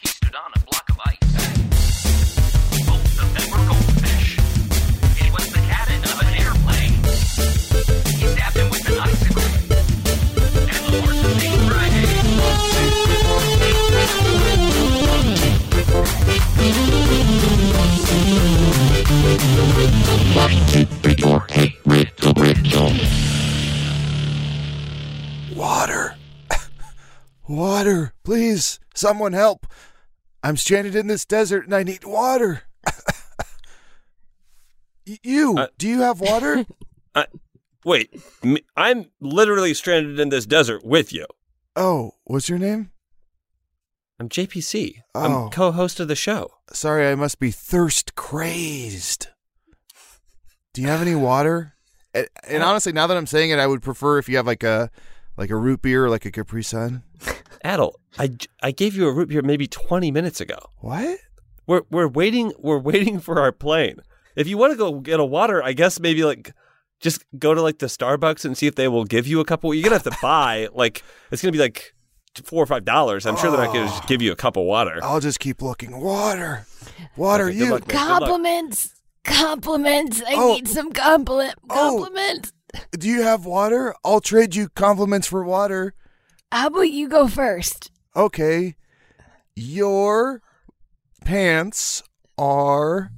He stood on a block of ice. Both of them were goldfish. It was the cabin of an airplane. He stabbed him with an icicle. And the horse was named Friday. Water. water. Please, someone help. I'm stranded in this desert and I need water. Y- you, Uh, do you have water? I, wait, m- I'm literally stranded in this desert with you. oh, what's your name? I'm JPC. Oh. I'm co-host of the show. Sorry, I must be thirst crazed. Do you have any water? And, and Uh, honestly, now that I'm saying it, I would prefer if you have like a like a root beer or like a Capri Sun. Adel, I, j- I gave you a root beer maybe 20 minutes ago. What? We're we're waiting we're waiting for our plane. If you want to go get a water, I guess maybe like just go to like the Starbucks and see if they will give you a couple. You're gonna have to buy like it's gonna be like four or five dollars. I'm sure they're not Oh. gonna just give you a cup of water. I'll just keep looking. Water. Water, Okay, good you. luck, man. Good luck. Compliments. Compliments. I Oh. need some compliment Oh. compliments. Do you have water? I'll trade you compliments for water. How about you go first? okay, your pants are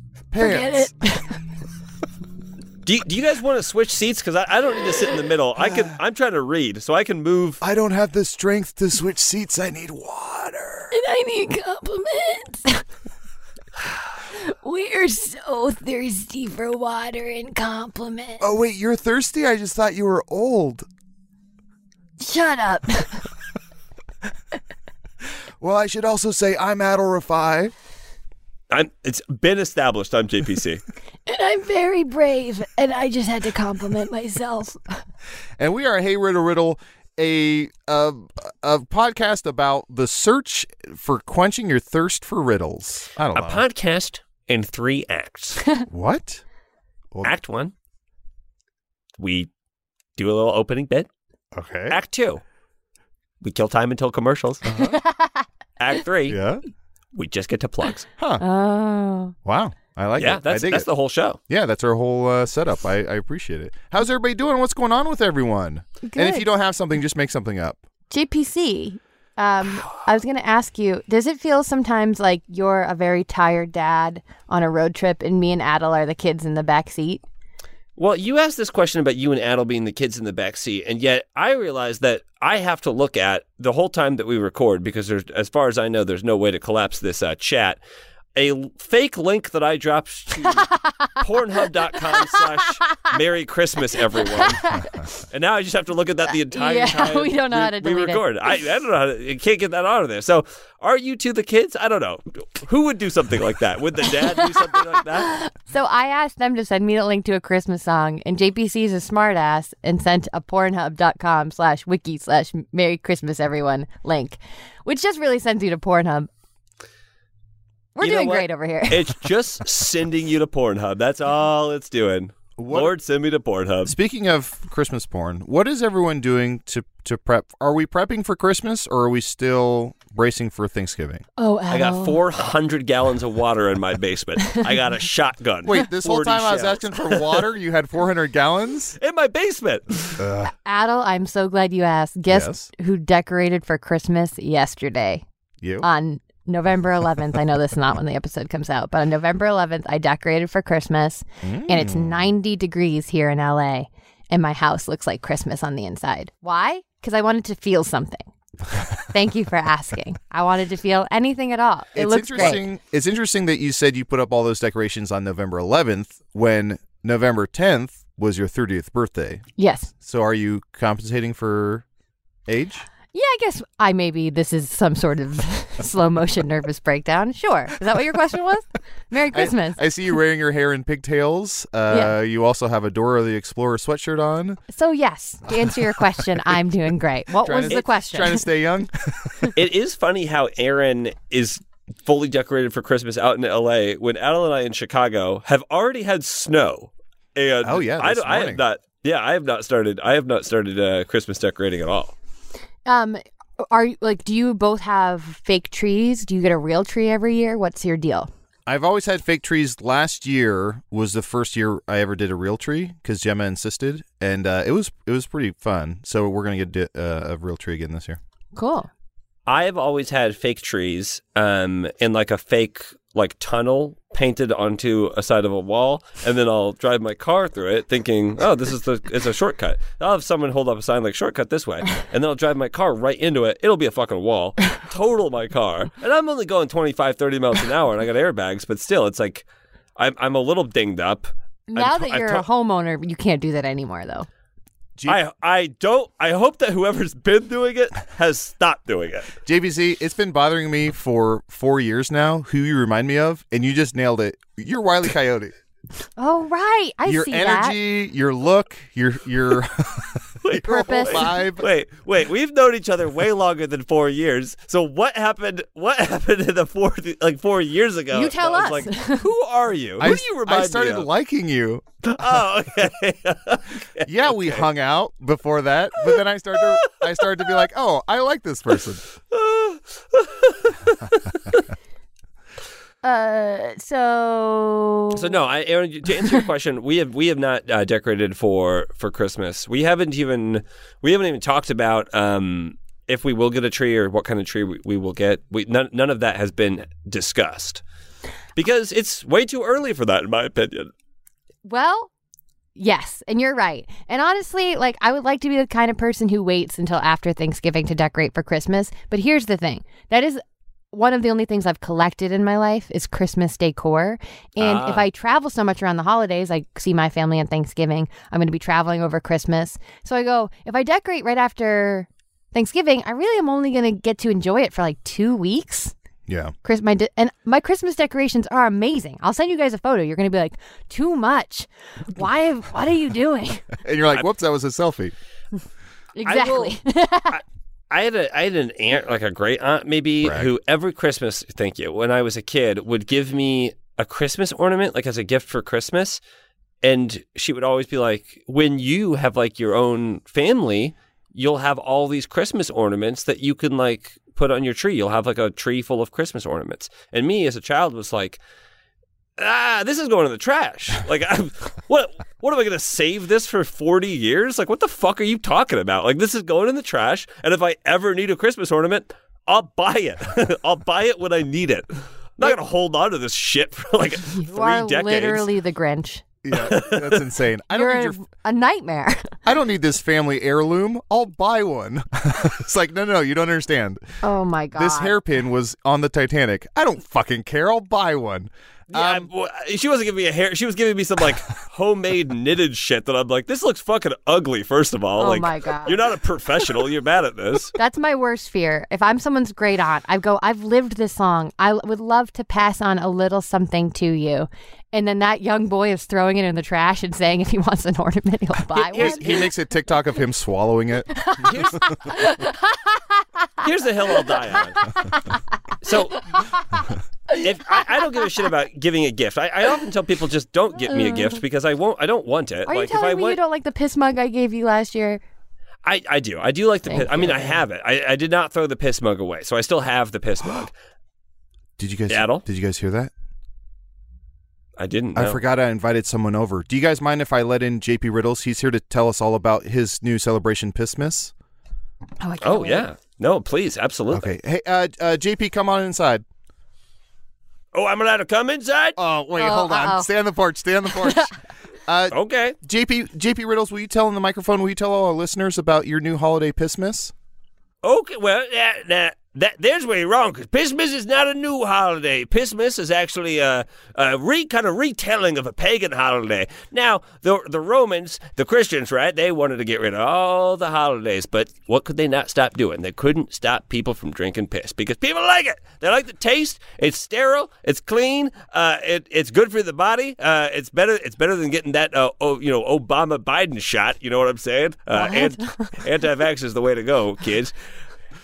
Forget pants. it. Do you, do you guys want to switch seats? Because I, I don't need to sit in the middle. I can. I'm trying to read, so I can move. I don't have the strength to switch seats. I need water. And I need compliments. we are so thirsty for water and compliments. Oh, wait, you're thirsty? I just thought you were old. Shut up. Well, I should also say I'm Adel Rafai. I'm. It's been established. I'm JPC. and I'm very brave. And I just had to compliment myself. and we are Hey Riddle Riddle, a, a a podcast about the search for quenching your thirst for riddles. I don't a know podcast in three acts. what. Well, Act one, we do a little opening bit. okay. Act two, we kill time until commercials. Act three, Uh-huh. yeah. we just get to plugs. Huh. Oh. wow. I like yeah, it. that's I dig that's it. the whole show. Yeah, that's our whole uh, setup. I, I appreciate it. How's everybody doing? What's going on with everyone? And if Good. you don't have something, just make something up. JPC, um, I was going to ask you, does it feel sometimes like you're a very tired dad on a road trip and me and Adel are the kids in the back seat? Well, you asked this question about you and Adel being the kids in the back seat, and yet I realize that I have to look at the whole time that we record because there's, as far as I know, there's no way to collapse this uh, chat. A l- fake link that I dropped to Pornhub.com slash Merry Christmas, everyone, and now I just have to look at that the entire Yeah, time. we don't know how to we delete it. record. I, I don't know. How to, I can't get that out of there. So, are you two the kids? I don't know. Who would do something like that? Would the dad do something like that? So I asked them to send me a link to a Christmas song, and JPC is a smartass and sent a Pornhub.com slash wiki slash Merry Christmas Everyone link, which just really sends you to Pornhub. We're You know doing what? great over here. It's just sending you to Pornhub. That's all it's doing. What- Lord, send me to Pornhub. Speaking of Christmas porn, what is everyone doing to, to prep? Are we prepping for Christmas or are we still bracing for Thanksgiving? Oh, I got 400 gallons of water in my basement. I got a shotgun. Wait, this whole 40 time I was shells. asking for water, you had 400 gallons? In my basement. Adel, I'm so glad you asked. Guess Yes. who decorated for Christmas yesterday? You? on November 11th. I know this is not when the episode comes out, but on November 11th, I decorated for Christmas and it's Mm. 90 degrees here in LA and my house looks like Christmas on the inside. Why? Because I wanted to feel something. Thank you for asking. I wanted to feel anything at all. It it's looks interesting. great. It's interesting that you said you put up all those decorations on November 11th when November 10th was your 30th birthday. Yes. So are you compensating for age? Yeah, I guess I maybe this is some sort of slow motion nervous breakdown. Sure. Is that what your question was? Merry I- Christmas. I, see you wearing your hair in pigtails. Uh, Yeah. You also have a Dora the Explorer sweatshirt on. so, yes, to answer your question, I'm doing great. What Trying was to- the question? Trying to stay young. it is funny how Aaron is fully decorated for Christmas out in LA when Adel and I in Chicago have already had snow. And Oh, yeah, I, this don't- I have morning. not. Yeah, I have not started. I have not started uh, Christmas decorating at all. um, are you like, do you both have fake trees? Do you get a real tree every year? What's your deal? I've always had fake trees. Last year was the first year I ever did a real tree because Gemma insisted, and uh, it was it was pretty fun. So we're gonna get di- uh, a real tree again this year. Cool. I have always had fake trees, um, and like a fake like tunnel painted onto a side of a wall, and then I'll drive my car through it, thinking, "Oh, this is the it's a shortcut." I'll have someone hold up a sign like "shortcut this way," and then I'll drive my car right into it. It'll be a fucking wall, total my car, and I'm only going 25, 30 miles an hour, and I got airbags, but still, it's like I'm I'm a little dinged up. Now to- that I've you're to- a homeowner, you can't do that anymore, though. G- I I don't. I hope that whoever's been doing it has stopped doing it. JBZ, it's been bothering me for four years now. Who you remind me of, and you just nailed it. You're Wiley Coyote. Oh, right. I your see that. energy, your look, your your Wait, Purpose. wait, Vibe. Wait, wait. We've known each other way longer than four years. So what happened? What happened in the four like four years ago? You tell that was us. Like, who are you? Who I, do you remind I started me of? liking you. oh, okay. Yeah, we hung out before that, but then I started to, I started to be like, oh, I like this person. Uh, so. so no, I, Aaron. To answer your question, we have we have not uh, decorated for for Christmas. We haven't even we haven't even talked about um if we will get a tree or what kind of tree we, we will get. We none none of that has been discussed because it's way too early for that, in my opinion. Well, yes, and you're right. And honestly, like I would like to be the kind of person who waits until after Thanksgiving to decorate for Christmas, but here's the thing. That is one of the only things I've collected in my life is Christmas decor. And if Ah. I travel so much around the holidays, I see my family on Thanksgiving. I'm going to be traveling over Christmas. So I go, if I decorate right after Thanksgiving, I really am only going to get to enjoy it for like 2 weeks. Yeah. Chris, my de- and my Christmas decorations are amazing. I'll send you guys a photo. You're gonna be like, too much. Why? What are you doing? And you're like, whoops, that was a selfie. exactly. I had a I had an aunt, like a great aunt maybe, Brag. who every Christmas, thank you, when I was a kid, would give me a Christmas ornament, like as a gift for Christmas. And she would always be like, When you have like your own family, you'll have all these Christmas ornaments that you can like put on your tree. You'll have like a tree full of Christmas ornaments. And me as a child was like, Ah, this is going in the trash. Like, I'm, what? What am I going to save this for forty years? Like, what the fuck are you talking about? Like, this is going in the trash. And if I ever need a Christmas ornament, I'll buy it. I'll buy it when I need it. I'm not going to hold on to this shit for like you three are decades. literally the Grinch. Yeah, that's insane. I don't You're need a, your a nightmare. I don't need this family heirloom. I'll buy one. it's like, no, no, no, you don't understand. oh my god. This hairpin was on the Titanic. I don't fucking care. I'll buy one. Um, Yeah, I- well, she wasn't giving me a hair. She was giving me some like homemade knitted shit that I'm like, this looks fucking ugly. First of all, Oh like, my God. you're not a professional. You're bad at this. That's my worst fear. If I'm someone's great aunt, I go, I've lived this long. I l- would love to pass on a little something to you. And then that young boy is throwing it in the trash and saying if he wants an ornament, he'll buy Here's- one. He makes a TikTok of him swallowing it. Here's, here's the hill I'll die on. So, if I, I don't give a shit about giving a gift, I, I often tell people just don't get me a gift because I won't. I don't want it. Are you like if I telling me want, you don't like the piss mug I gave you last year? I, I do. I do like the. Piss, I mean, I have it. I, I did not throw the piss mug away, so I still have the piss mug. Did you guys? Daddle? Did you guys hear that? I didn't. I know. forgot I invited someone over. Do you guys mind if I let in JP Riddles? He's here to tell us all about his new celebration Pissmas. Oh, I can't Oh wait. yeah. No, please, absolutely. Okay. Hey, uh, uh, JP, come on inside. Oh, I'm allowed to come inside. Oh wait, Oh, hold on. uh-oh. Stay on the porch. Stay on the porch. Oh. Okay. JP, JP Riddles, will you tell in the microphone? Will you tell all our listeners about your new holiday Pissmas? Okay, well, nah, nah, that there's where you're wrong because Pissmas is not a new holiday. Pissmas is actually a, a re kind of retelling of a pagan holiday. Now, the the Romans, the Christians, right? They wanted to get rid of all the holidays, but what could they not stop doing? They couldn't stop people from drinking piss because people like it. They like the taste. It's sterile. It's clean. Uh, it, it's good for the body. Uh, it's better. It's better than getting that uh, oh, you know Obama Biden shot. You know what I'm saying? Uh, ant- anti-vax is the way to go, kids.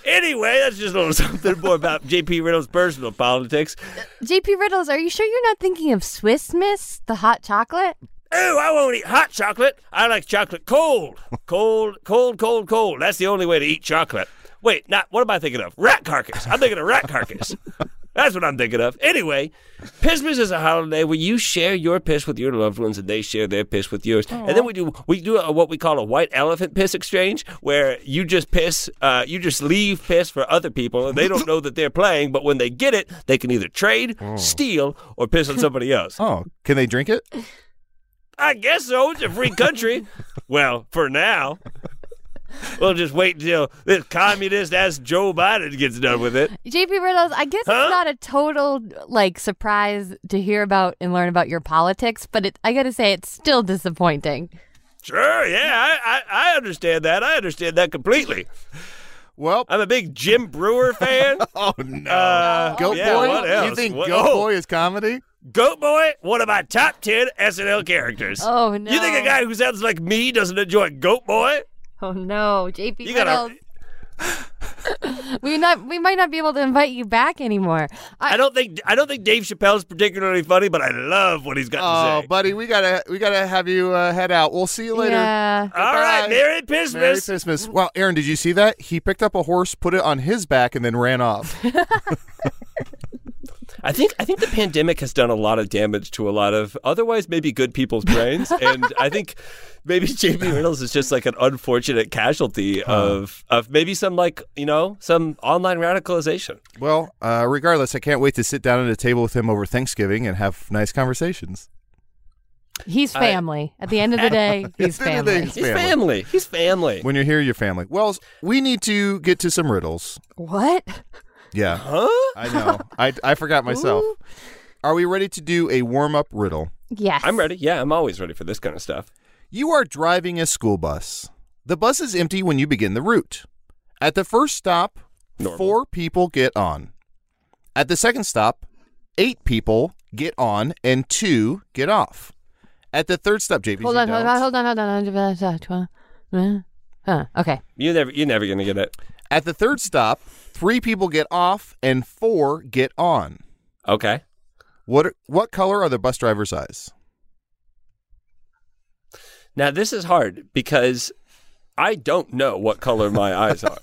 Anyway, that's just a little something more about JP Riddle's personal politics. JP Riddles, are you sure you're not thinking of Swiss Miss, the hot chocolate? Oh, I won't eat hot chocolate. I like chocolate cold. Cold, cold, cold, cold. That's the only way to eat chocolate. Wait, not what am I thinking of? Rat carcass. I'm thinking of rat carcass. That's what I'm thinking of. Anyway, Pissmas is a holiday where you share your piss with your loved ones and they share their piss with yours. And then we do we do a, what we call a white elephant piss exchange where you just piss uh, you just leave piss for other people and they don't know that they're playing, but when they get it, they can either trade, steal, or piss on somebody else. Oh, can they drink it? I guess so. It's a free country. well, for now. We'll just wait until this communist ass Joe Biden gets done with it. JP Riddles, I guess Huh? it's not a total like surprise to hear about and learn about your politics, but it, I gotta say it's still disappointing. Sure, yeah, I, I, I understand that. I understand that completely. Well, I'm a big Jim Brewer fan. oh no. Uh, Goat yeah, Boy? What else? You think What- Goat oh, Boy is comedy? Goat Boy, one of my top 10 SNL characters. Oh no! You think a guy who sounds like me doesn't enjoy Goat Boy? Oh no, JP You gotta- Riddles. we not we might not be able to invite you back anymore. I don't think I don't think Dave Chappelle's particularly funny, but I love what he's got to Oh, say. buddy, we gotta we gotta have you uh, head out. We'll see you later. Yeah. All Goodbye. right, Merry Merry Christmas. Christmas. Wow, Aaron, did you see that? He picked up a horse, put it on his back, and then ran off. I think I think the pandemic has done a lot of damage to a lot of otherwise maybe good people's brains, and I think maybe JP Reynolds is just like an unfortunate casualty of of maybe some like you know some online radicalization. well, uh, regardless, I can't wait to sit down at a table with him over Thanksgiving and have nice conversations. He's I- family. At the end of the day, he's the end of the day, family. he's He's family. He's family. When you're here, you're family. Well, we need to get to some riddles. What? Yeah, Huh? I know. I, I forgot myself. Ooh. Are we ready to do a warm up riddle? Yes. I'm ready. Yeah, I'm always ready for this kind of stuff. You are driving a school bus. The bus is empty when you begin the route. At the first stop, Normal. four people get on. At the second stop, eight people get on and two get off. At the third stop, JP. Hold on, hold on, hold on, hold on, hold on. Huh. Okay. You never you're never gonna get it. At the third stop, three people get off and four get on. Okay. What are- what color are the bus driver's eyes? Now this is hard because I don't know what color my eyes are.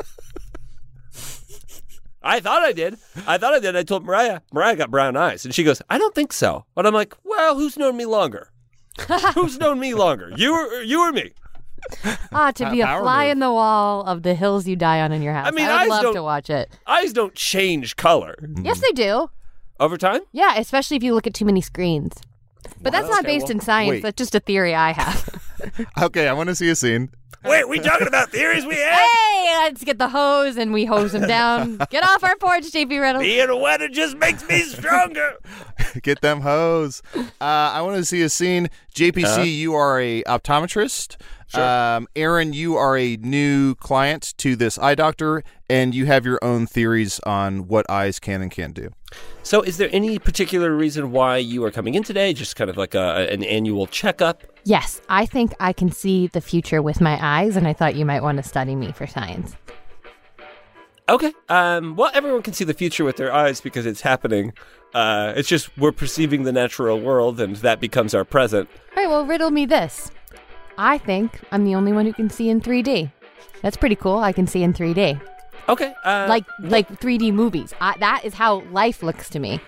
I thought I did. I thought I did. I told Mariah, Mariah got brown eyes. And she goes, I don't think so. And I'm like, well, who's known me longer? who's known me longer? You or, you or me? Ah, to be a Power fly move. in the wall of the hills you die on in your house. I mean, I eyes would love don't- to watch it. Eyes don't change color Yes, they do. over time. Yeah, especially if you look at too many screens. But that's not based in science. wait. That's just a theory I have. Okay, I want to see a scene. Wait, we talking about theories we have? hey, let's get the hose and we hose him down. Get off our porch, JP Riddle. Being wetter just makes me stronger. Get them hose. Uh, I want to see a scene. JPC, you are a optometrist. Um, Aaron, you are a new client to this eye doctor, and you have your own theories on what eyes can and can't do. So, is there any particular reason why you are coming in today? Just kind of like a, an annual checkup? Yes, I think I can see the future with my eyes, and I thought you might want to study me for science. Okay. Um, well, everyone can see the future with their eyes because it's happening. Uh, it's just we're perceiving the natural world, and that becomes our present. All right, well, riddle me this. I think I'm the only one who can see in 3D. That's pretty cool. I can see in 3D, Okay. Uh, like like 3D movies. I, that is how life looks to me.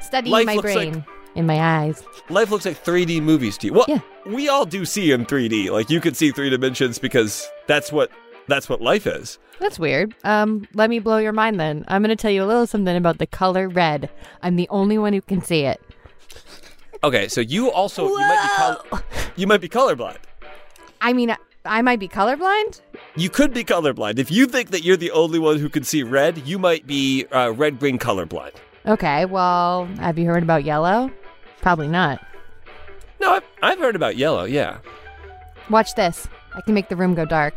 Studying Life my looks like- brain in my eyes. life looks like 3D movies to you. Well, Yeah. we all do see in 3D. Like you can see three dimensions because that's what that's what life is. That's weird. Um, let me blow your mind then. I'm going to tell you a little something about the color red. I'm the only one who can see it. Okay. So you also you might be color, you might be colorblind. I mean, I might be colorblind? You could be colorblind. If you think that you're the only one who can see red, you might be uh, red green colorblind. Okay, well, have you heard about yellow? Probably not. No, I've, I've heard about yellow, yeah. Watch this. I can make the room go dark.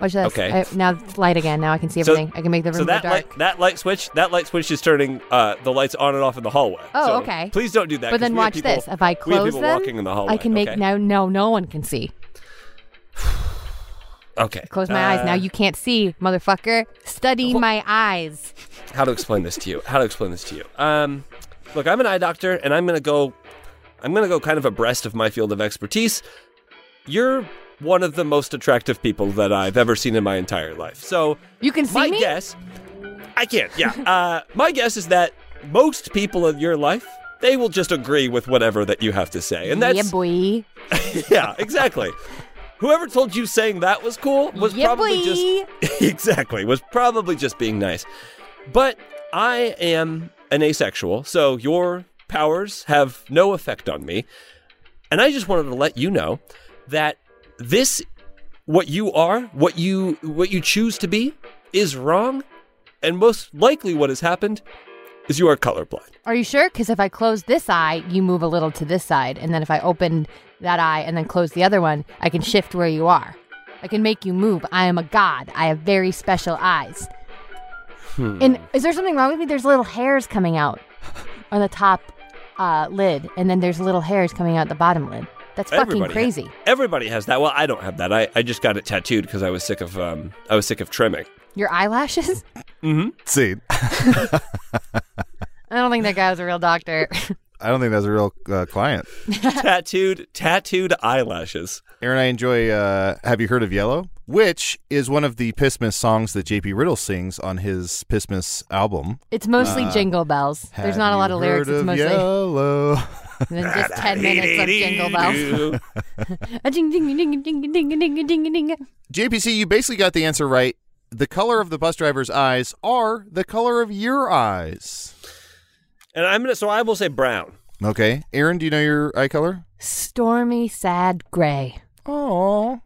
Watch this. Okay. I, now it's light again. Now I can see So- everything. I can make the room So that go light, dark. that light switch, that light switch is turning uh, the lights on and off in the hallway. Oh, So okay. Please don't do that. but 'cause then we have watch people- this. If I we have close people them, walking in the hallway. I can make okay. now. No, no one can see. Okay. Close my eyes. Now Uh, you can't see, motherfucker. Study my eyes. how to explain this to you? How to explain this to you? Um, look, I'm an eye doctor, and I'm gonna go. I'm gonna go kind of abreast of my field of expertise. You're one of the most attractive people that I've ever seen in my entire life. So You can see my me. guess, I can't. Yeah. Uh, my guess is that most people in your life. They will just agree with whatever that you have to say, and that's yeah, boy. yeah, exactly. Whoever told you saying that was cool was Yeah, probably boy. just exactly was probably just being nice. But I am an asexual, so your powers have no effect on me. And I just wanted to let you know that this what you are, what you what you choose to be is wrong, and most likely what has happened is you are colorblind. Are you sure? Because if I close this eye, you move a little to this side, and then if I open that eye and then close the other one, I can shift where you are. I can make you move. I am a god. I have very special eyes. Hmm. And is there something wrong with me? There's little hairs coming out on the top uh, lid, and then there's little hairs coming out the bottom lid. That's fucking Everybody- crazy. Everybody has that. Well, I don't have that. I, I just got it tattooed because I was sick of um I was sick of trimming. Your eyelashes? See, I don't think that guy was a real doctor. I don't think that's a real uh, client. tattooed tattooed eyelashes. Aaron, I enjoy uh, Have You Heard of Yellow? Which is one of the Pissmas songs that JP Riddle sings on his Pissmas album. it's mostly jingle bells. There's Uh, Have not a lot you of lyrics. heard It's of mostly Yellow. and then just ten minutes of jingle bells. A ding ding ding ding ding ding ding ding ding. JPC, you basically got the answer right. The color of the bus driver's eyes are the color of your eyes. And I'm gonna so I will say brown. Okay. Aaron, do you know your eye color? Stormy, sad, gray. Oh.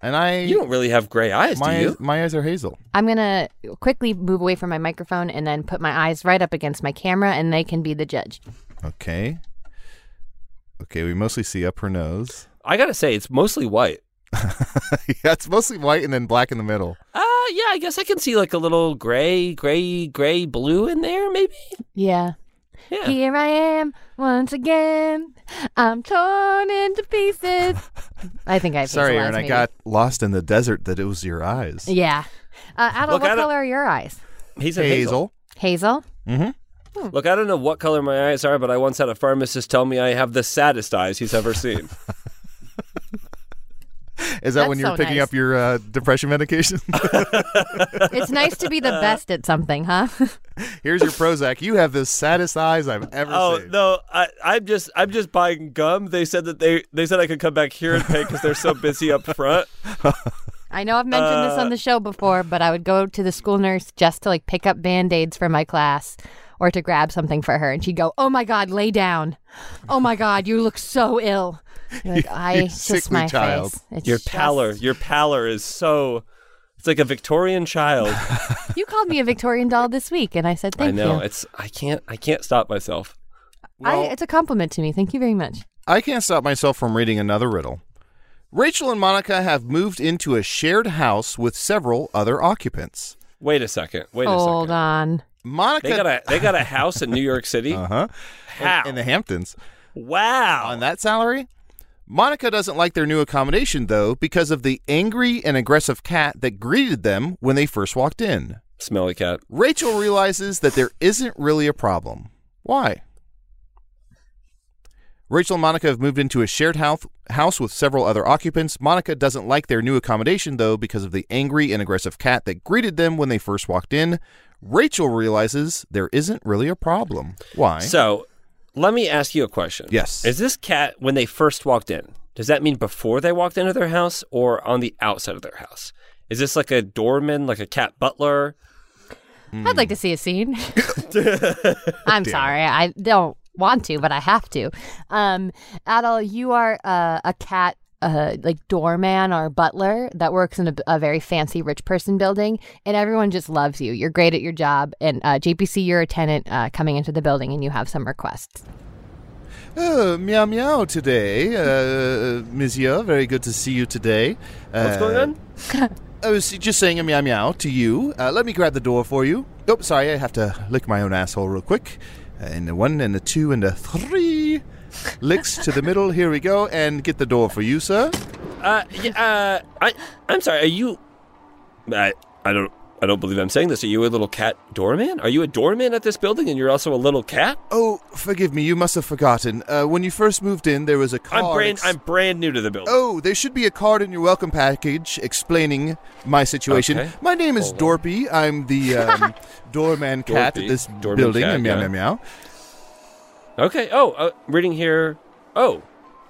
And I You don't really have gray eyes, my do eyes, you? my eyes are hazel. I'm gonna quickly move away from my microphone and then put my eyes right up against my camera, and they can be the judge. Okay. Okay, we mostly see up her nose. I gotta say it's mostly white. yeah, it's mostly white and then black in the middle. Uh yeah, I guess I can see like a little gray, gray, gray blue in there, maybe. Yeah. Yeah. Here I am once again. I'm torn into pieces. I think I have Sorry, hazel Aaron, eyes, I maybe. got lost in the desert that it was your eyes. Yeah. Uh, Adel, Look, what I don't- color are your eyes? He's a hazel. Hazel. Hazel. Look, I don't know what color my eyes are, but I once had a pharmacist tell me I have the saddest eyes he's ever seen. Is that That's when you were so picking nice. up your uh, depression medication? it's nice to be the best at something, huh? Here's your Prozac. You have the saddest eyes I've ever Oh seen. no, I, I'm just I'm just buying gum. They said that they they said I could come back here and pay because they're so busy up front. I know I've mentioned this Uh, on the show before, but I would go to the school nurse just to like pick up band aids for my class or to grab something for her. And she'd go, Oh my God, lay down. Oh my God, you look so ill. You're like, I you it's just sickly my child. face. It's Your just- pallor, your pallor is so. It's like a Victorian child. You called me a Victorian doll this week, and I said, I Thank know you. it's. I can't. I can't stop myself. I, it's a compliment to me. Thank you very much. I can't stop myself from reading another riddle. Rachel and Monica have moved into a shared house with several other occupants. Wait a second. Wait Hold a second. on. Monica They got a they got a house in New York City. uh-huh, How? In, in the Hamptons. wow. On that salary? Monica doesn't like their new accommodation though because of the angry and aggressive cat that greeted them when they first walked in. Smelly cat. Rachel realizes that there isn't really a problem. Why? Rachel and Monica have moved into a shared house, house with several other occupants. Monica doesn't like their new accommodation, though, because of the angry and aggressive cat that greeted them when they first walked in. Rachel realizes there isn't really a problem. Why? So, let me ask you a question. Yes. Is this cat when they first walked in? Does that mean before they walked into their house or on the outside of their house? Is this like a doorman, like a cat butler? I'd like to see a scene. I'm sorry, I don't want to, but I have to. Um, Adel, you are uh, a cat uh, like doorman or butler that works in a, a very fancy rich person building, and everyone just loves you. You're great at your job, and uh, JPC, you're a tenant uh, coming into the building, and you have some requests. Oh, meow meow today, uh, Monsieur. Very good to see you today. Uh, What's going on? I was just saying a meow meow to you. Uh, let me grab the door for you. Oh, sorry, I have to lick my own asshole real quick. Uh, and a one, and a two, and a three. Licks to the middle. Here we go, and get the door for you, sir. Uh, yeah, uh, I, I'm sorry. Are you? I, I don't. I don't believe I'm saying this. Are you a little cat doorman? Are you a doorman at this building, and you're also a little cat? Oh, forgive me, you must have forgotten. Uh, when you first moved in, there was a card. I'm brand. ex- I'm brand new to the building. Oh, there should be a card in your welcome package explaining my situation. Okay. My name is Dorpy. I'm the um, doorman cat Dorpy. at this Doorman building. cat, meow, yeah. meow, meow. Okay. Oh, uh, reading here. Oh,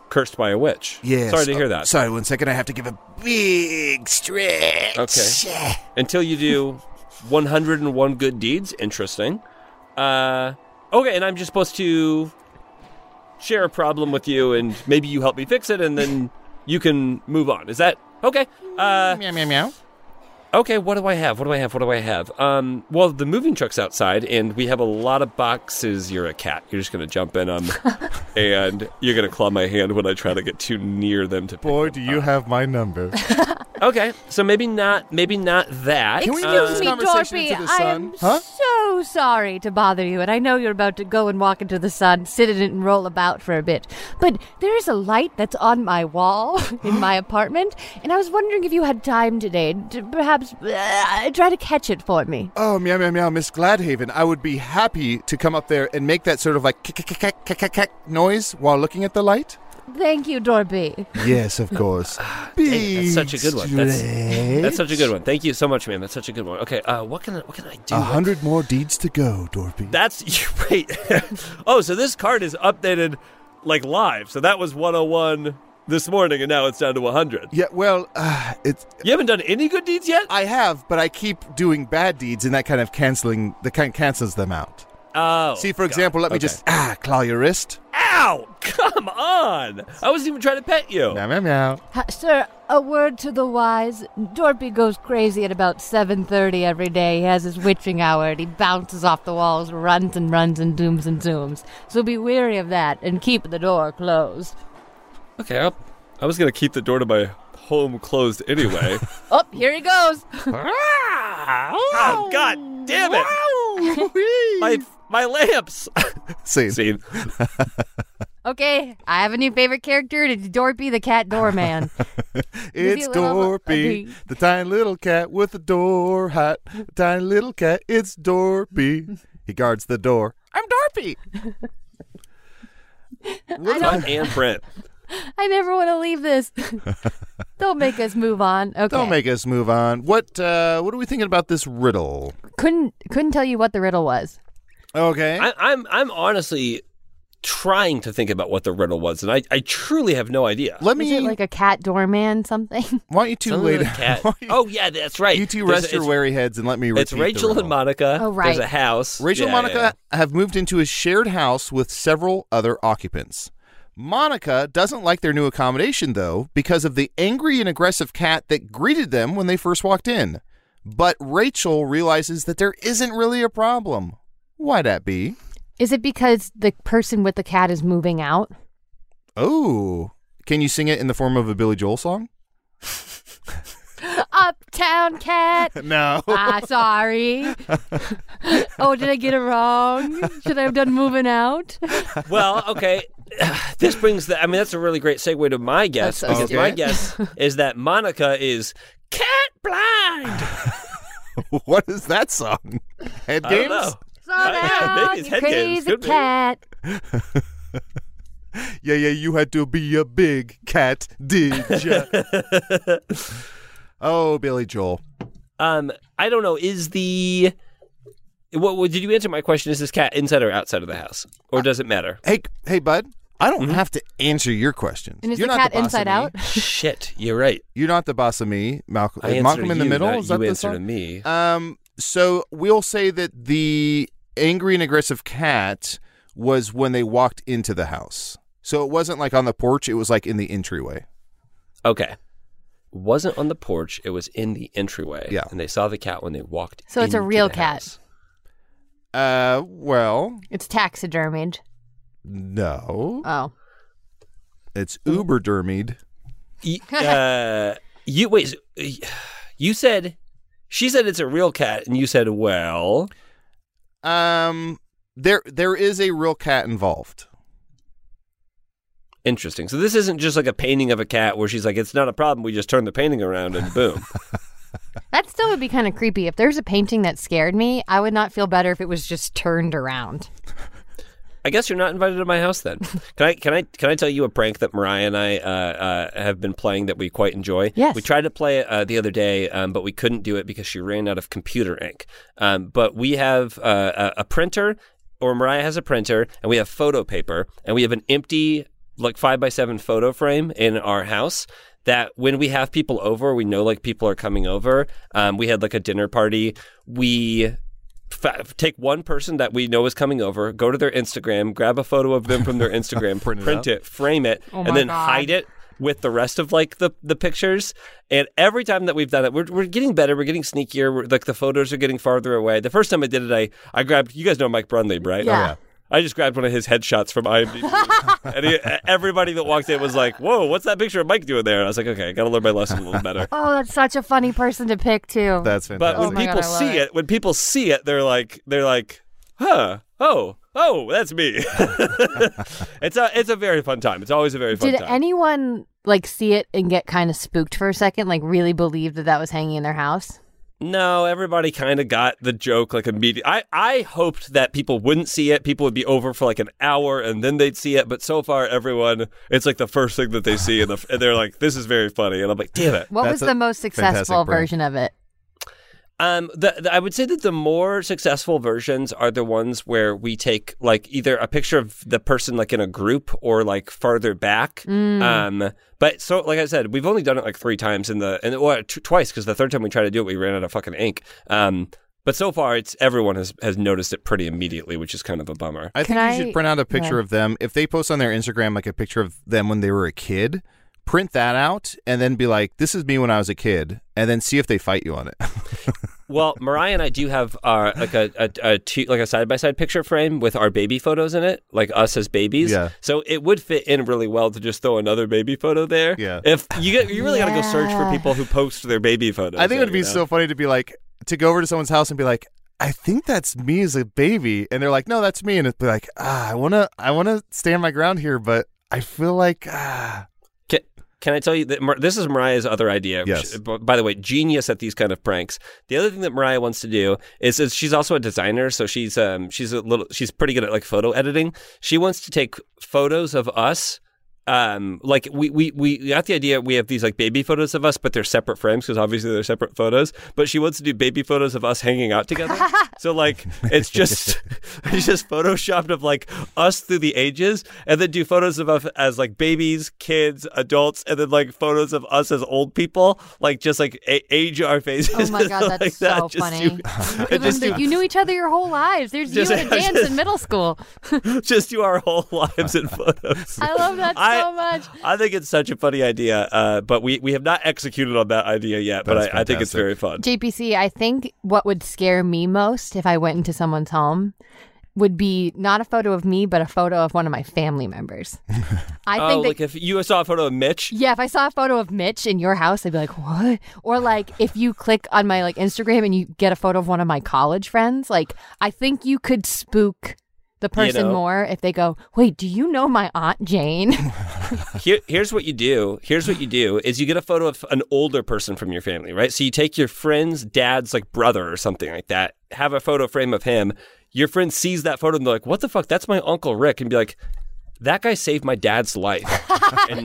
cursed by a witch. Yes. Sorry to uh, hear that. Sorry, one second. I have to give a big stretch. Okay. Until you do 101 good deeds. Interesting. Uh, okay, and I'm just supposed to share a problem with you, and maybe you help me fix it, and then you can move on. Is that okay? Uh, Meow, meow, meow. okay. What do I have? What do I have? What do I have? Um, well, the moving truck's outside, and we have a lot of boxes. You're a cat. You're just gonna jump in them, and you're gonna claw my hand when I try to get too near them to. pick Boy, them do up. you have my number. Okay, so maybe not. Maybe not that. Uh, Can we move Excuse this me, conversation Dorpy. into the I sun? am Huh? so sorry to bother you, and I know you're about to go and walk into the sun, sit in it, and roll about for a bit. But there is a light that's on my wall in my apartment, and I was wondering if you had time today to perhaps uh, try to catch it for me. Oh, meow, meow, meow, Miss Gladhaven. I would be happy to come up there and make that sort of like kick noise while looking at the light. Ah, Thank you, Dorpy. Yes, of course. Dang, that's such a good one. That's- That's such a good one. one. Thank you so much, man. That's such a good one. Okay, uh, what can I, what can I do? A hundred more deeds to go, Dorpy. That's you, wait. oh, so this card is updated like live. So that was 101 this morning, and now it's down to 100. yeah, well, uh, it's You haven't done any good deeds yet. I have, but I keep doing bad deeds, and that kind of canceling that kind of cancels them out. Oh, See, for God. example, let me Okay. just ah claw your wrist. Ow! Come on! I wasn't even trying to pet you. Meow meow meow. Ha- sir, a word to the wise. Dorpy goes crazy at about 7.30 every day. He has his witching hour, and he bounces off the walls, runs and runs and zooms and zooms. So be wary of that, and keep the door closed. Okay, I'll, I was gonna keep the door to my home closed anyway. Oh, here he goes. oh God! Damn it! my my lamps. See, See, okay, I have a new favorite character. It's Dorpy the cat doorman. it's Busy little- Dorpy, the tiny little cat with the door hat. Tiny little cat, it's Dorpy. He guards the door. I'm Dorpy. Tom and Brent. I never want to leave this. Don't make us move on. Okay. Don't make us move on. What uh, what are we thinking about this riddle? couldn't couldn't tell you what the riddle was. Okay. I, I'm I'm honestly trying to think about what the riddle was, and I, I truly have no idea. let Was me. it like a cat doorman something? why don't you two Something lay with down? cat. why don't you- Oh yeah, that's right. You two There's rest a- your it's- weary heads and let me repeat It's Rachel the and riddle. Monica. Oh, right. There's a house. Rachel Yeah, and Monica yeah, have moved into a shared house with several other occupants. Monica doesn't like their new accommodation, though, because of the angry and aggressive cat that greeted them when they first walked in. But Rachel realizes that there isn't really a problem. Why that be? Is it because the person with the cat is moving out? Oh. Can you sing it in the form of a Billy Joel song? Uptown cat. No. ah, sorry. oh, did I get it wrong? Should I have done moving out? yeah. Well, okay. this brings the. I mean, that's a really great segue to my guess That's so because my stupid. guess is that Monica is cat blind. what is that song? Head I games? don't know. So Maybe down, it's you head games, crazy could be. cat. Yeah, yeah, you had to be a big cat, did ya? oh, Billy Joel. Um, I don't know. Is the what, what did you answer my question? Is this cat inside or outside of the house, Uh, or does it matter? Hey, hey, bud. I Mm-hmm. don't have to answer your questions. And is You're the cat not boss of inside me. out? Shit, you're right. You're not the boss of me, Malcolm. I answer Malcolm to in the you, middle. not Is that you the answer to song? me. Um. So we'll say that the angry and aggressive cat was when they walked into the house. So it wasn't like on the porch. It was like in the entryway. Okay. Wasn't on the porch. It was in the entryway. Yeah. And they saw the cat when they walked. So it's a into real the cat. house. Uh, well, It's taxidermied. no, Oh. it's uber dermied. Y- uh, you wait. s- You said she said it's a real cat, and you said, "Well, Um, there there is a real cat involved. interesting." So this isn't just like a painting of a cat where she's like, "It's not a problem. We just turn the painting around and boom." That still would be kind of creepy. If there's a painting that scared me, I would not feel better if it was just turned around. I guess you're not invited to my house then. Can I? Can I? Can I tell you a prank that Mariah and I uh, uh, have been playing that we quite enjoy? Yes. We tried to play it uh, the other day, um, but we couldn't do it because she ran out of computer ink. Um, but we have uh, a, a printer, or Mariah has a printer, and we have photo paper, and we have an empty like five by seven photo frame in our house that when we have people over, we know like people are coming over. Um, we had like a dinner party. We fa- take one person that we know is coming over, go to their Instagram, grab a photo of them from their Instagram, print, it up. it, frame it, and Oh my then God. hide it with the rest of like the, the pictures. And every time that we've done it, we're, we're getting better. We're getting sneakier. We're, like the photos are getting farther away. The first time I did it, I, I grabbed, you guys know Mike Brundley, right? Yeah. Yeah. I just grabbed one of his headshots from IMDb, and he, e-, everybody that walked in was like, "Whoa, what's that picture of Mike doing there?" And I was like, "Okay, I got to learn my lesson a little better." Oh, that's such a funny person to pick, too. That's But fantastic. when Oh my God, people I love see it. it. when people see it, they're like, they're like, huh, oh, oh, that's me. it's a, it's a very fun time. It's always a very fun Did time. anyone like see it and get kind of spooked for a second? Like really believe that that was hanging in their house? no, everybody kind of got the joke like immediately. I, I hoped that people wouldn't see it. People would be over for like an hour and then they'd see it. But so far, everyone, it's like the first thing that they see, and, the, and they're like, this is very funny. And I'm like, damn it. What That's was a the most fantastic successful prank. version of it? Um, the, the, I would say that the more successful versions are the ones where we take like either a picture of the person like in a group or like farther back. Um, but so like I said, we've only done it like three times in the and well, t- twice because the third time we tried to do it, we ran out of fucking ink. Um, but so far, it's everyone has has noticed it pretty immediately, which is kind of a bummer. I think Can you should I- print out a picture yeah. of them. If they post on their Instagram like a picture of them when they were a kid, print that out and then be like, "This is me when I was a kid," and then see if they fight you on it. Well, Mariah and I do have uh, like a, a, a two, like a side by side picture frame with our baby photos in it, like us as babies. Yeah. So it would fit in really well to just throw another baby photo there. Yeah. If you get, you really got to go search for Yeah. people who post their baby photos. I think it there, would be you know? so funny to be like to go over to someone's house and be like, "I think that's me as a baby," and they're like, "No, that's me," and it'd be like, "Ah, I wanna, I wanna stand my ground here, but I feel like ah." Can, can I tell you that Mar- this is Mariah's other idea? which- Yes. b- by the way, genius at these kind of pranks. The other thing that Mariah wants to do is, is she's also a designer, so she's um she's a little she's pretty good at like photo editing. She wants to take photos of us. Um, like we, we, we got the idea we have these like baby photos of us, but they're separate frames because obviously they're separate photos. But she wants to do baby photos of us hanging out together. so like it's just it's just photoshopped of like us through the ages, and then do photos of us as like babies, kids, adults, and then like photos of us as old people, like just like a- age our faces. Oh my God, like that's that. so Just funny. do- Because and just I'm do like, you knew each other your whole lives. There's Just- you and a dance in middle school. just do our whole lives in photos. I love that I- so much. I think it's such a funny idea, uh, but we, we have not executed on that idea yet. But That's I, I think it's fantastic. very fun. JPC, I think what would scare me most if I went into someone's home would be not a photo of me, but a photo of one of my family members. I Oh, think that like if you saw a photo of Mitch, Yeah, if I saw a photo of Mitch in your house, I'd be like, "What?" Or like if you click on my like Instagram and you get a photo of one of my college friends, like I think you could spook the person know. more if they go, "Wait, do you know my aunt Jane?" Here, here's what you do. Here's what you do is you get a photo of an older person from your family, right? So you take your friend's dad's like brother or something like that. Have a photo frame of him. Your friend sees that photo and they're like, "What the fuck? That's my uncle Rick." And be like, "That guy saved my dad's life in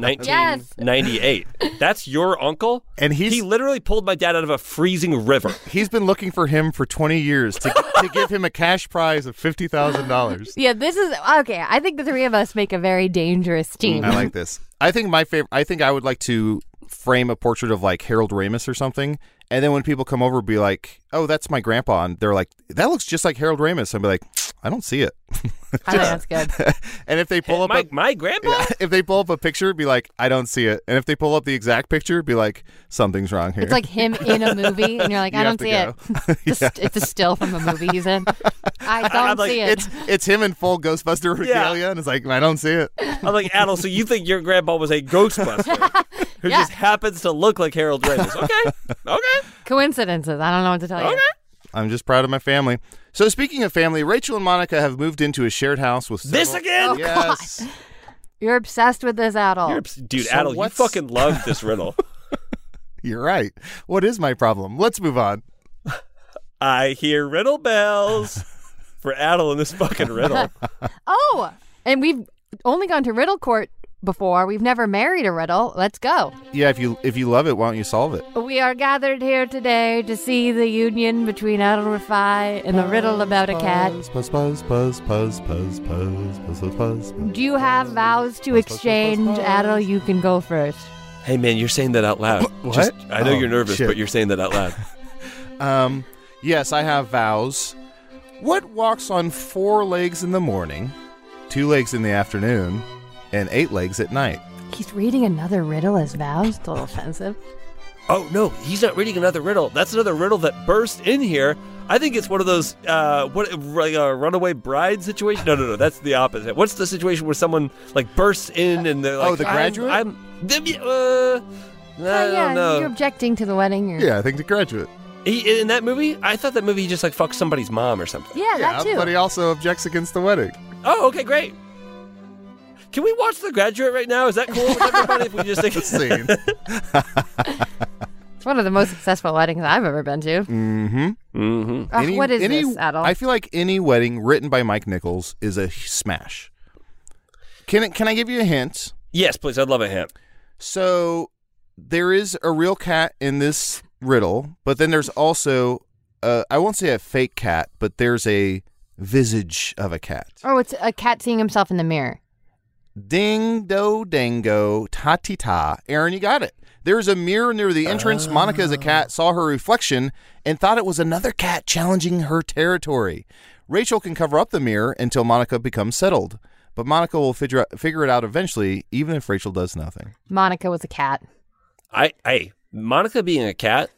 1998. That's your uncle." And he's- he literally pulled my dad out of a freezing river. He's been looking for him for 20 years to, to give him a cash prize of $50,000. yeah, this is okay. I think the three of us make a very dangerous team. Mm, I like this. I think my favorite, I think I would like to frame a portrait of like Harold Ramis or something. And then when people come over, be like, oh, that's my grandpa. And they're like, that looks just like Harold Ramis. I'd be like, I don't see it. I think that's good. and if they pull up my, a, my grandpa? if they pull up a picture, be like, I don't see it. And if they pull up the exact picture, be like, something's wrong here. It's like him in a movie, and you're like, You I have don't see to it. It's a- it's a still from a movie he's in. I I'm don't like, see it. it's it's him in full Ghostbuster regalia, and it's like I don't see it. I'm like, Adel, so you think your grandpa was a Ghostbuster who Yeah. just happens to look like Harold Ramis. Okay. Okay. Coincidences. I don't know what to tell you. Okay. I'm just proud of my family. So speaking of family, Rachel and Monica have moved into a shared house with This several- again? Oh, Yes, You're obsessed with this adult. You're obs- dude, So Adel, what's- you fucking love this riddle. you're right. What is my problem? Let's move on. I hear riddle bells for Adel in this fucking riddle. oh, and we've only gone to riddle court before. We've never married a riddle. Let's go. Yeah, if you if you love it, why don't you solve it? We are gathered here today to see the union between Adel Rafai and the riddle about a cat. Buzz, buzz, buzz, buzz, buzz, buzz, buzz, buzz, buzz. Do you have vows to exchange? Adel, you can go first. hey, man, you're saying that out loud. What? Just- I know Oh, you're nervous, shit. but you're saying that out loud. Um, yes, I have vows. What walks on four legs in the morning, two legs in the afternoon, and eight legs at night? He's reading another riddle as vows. It's a little offensive. Oh no, he's not reading another riddle. That's another riddle that burst in here. I think it's one of those uh, what like a runaway bride situation. No, no, no, that's the opposite. What's the situation where someone like bursts in and they're like, Oh, The "I'm- Graduate? I'm, them- yeah, uh, I Oh, yeah, don't know. you're objecting to the wedding. You're... Yeah, I think the graduate. He, in that movie, I thought that movie he just like fucked somebody's mom or something. Yeah, yeah, that too. but he also objects against the wedding. Oh, okay, great. Can we watch The Graduate right now? Is that cool with everybody? if we just The scene. It's one of the most successful weddings I've ever been to. mm-hmm. mm-hmm. Ugh, what is this, Adel? I feel like any wedding written by Mike Nichols is a smash. Can it, can I give you a hint? Yes, please. I'd love a hint. So there is a real cat in this riddle, but then there's also uh, I won't say a fake cat, but there's a visage of a cat. Oh, it's a cat seeing himself in the mirror. Ding do dango ta ti ta. Aaron, you got it. There's a mirror near the entrance. Monica is a cat, saw her reflection, and thought it was another cat challenging her territory. Rachel can cover up the mirror until Monica becomes settled. But Monica will figure, figure it out eventually, even if Rachel does nothing. Monica was a cat. I hey, Monica being a cat,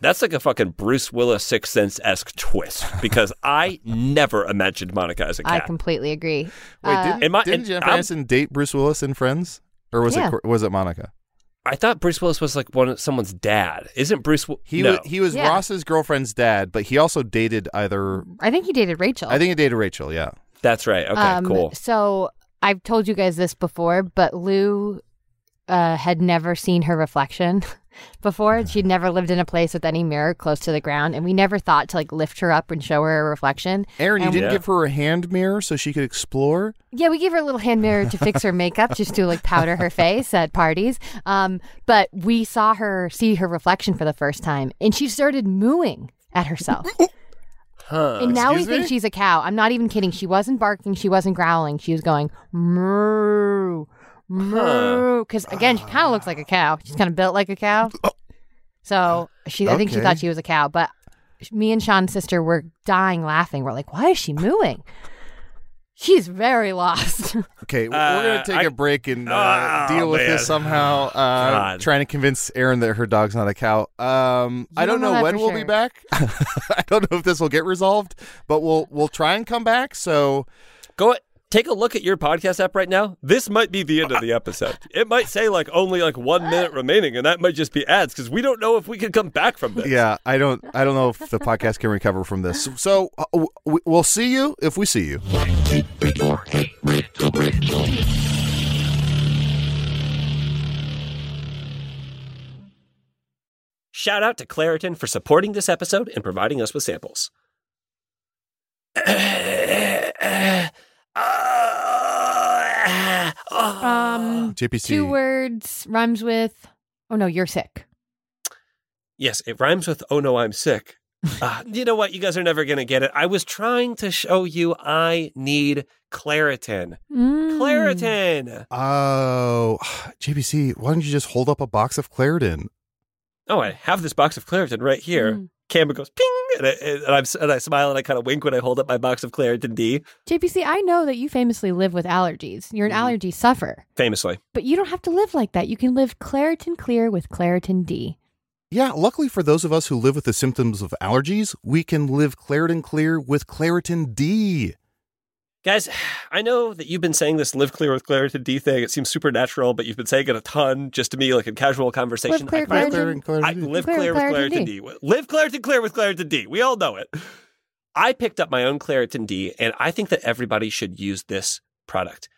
that's like a fucking Bruce Willis Sixth Sense esque twist because I never imagined Monica as a I cat. completely agree. Wait, Uh, didn't, Am I- didn't and Jennifer I'm- Aniston date Bruce Willis in Friends? Or was Yeah. it was it Monica? I thought Bruce Willis was like one of someone's dad. Isn't Bruce? Wi- He no. was, he was Yeah. Ross's girlfriend's dad, but he also dated either I think he dated Rachel. I think he dated Rachel, yeah. that's right. Okay, Um, cool. So I've told you guys this before, but Lou uh, had never seen her reflection before. She'd never lived in a place with any mirror close to the ground, and we never thought to like lift her up and show her a reflection. Aaron, you And- didn't Yeah. give her a hand mirror so she could explore? Yeah, we gave her a little hand mirror to fix her makeup, just to like powder her face at parties. Um, but we saw her see her reflection for the first time, and she started mooing at herself. Huh. and now we Oh, excuse think me? she's a cow. I'm not even kidding. She wasn't barking. She wasn't growling. She was going moo, moo. Because again, she kind of looks like a cow. She's kind of built like a cow. So she, I think she Oh. Okay. thought she was a cow. But me and Sean's sister were dying laughing. We're like, why is she mooing? She's very lost. Okay, w- Uh, we're gonna take I- a break and uh, Ah, Oh, deal with man. this somehow. Uh, God. Trying to convince Erin that her dog's not a cow. Um, I don't don't know know that when for we'll be sure. back. I don't know if this will get resolved, but we'll we'll try and come back. So Go a- take a look at your podcast app right now. This might be the end of the episode. It might say like only like one minute remaining, and that might just be ads because we don't know if we can come back from this. yeah, I don't I don't know if the podcast can recover from this. So uh, w- w- we'll see you if we see you. Shout out to Claritin for supporting this episode and providing us with samples. Um, JPC. two words rhymes with. Oh no, you're sick. yes, it rhymes with "Oh no, I'm sick." Uh, you know what? You guys are never gonna get it. I was trying to show you I need Claritin. Mm. Claritin. Oh, JPC, why don't you just hold up a box of Claritin? Oh, I have this box of Claritin right here. Mm. camera goes ping, and I, and I'm and I smile and I kind of wink when I hold up my box of Claritin D. JPC, I know that you famously live with allergies. You're an Mm-hmm. allergy sufferer, Famously, but you don't have to live like that. You can live Claritin Clear with Claritin D. Yeah, luckily for those of us who live with the symptoms of allergies, we can live Claritin Clear with Claritin D. guys, I know that you've been saying this "live clear with Claritin D" thing. It seems supernatural, but you've been saying it a ton, just to me, like in casual conversation. Live clear, I find- Claritin- I live Clear clear, with with Claritin Claritin D. D. Live Claritin clear with Claritin D. We all know it. I picked up my own Claritin D, and I think that everybody should use this product.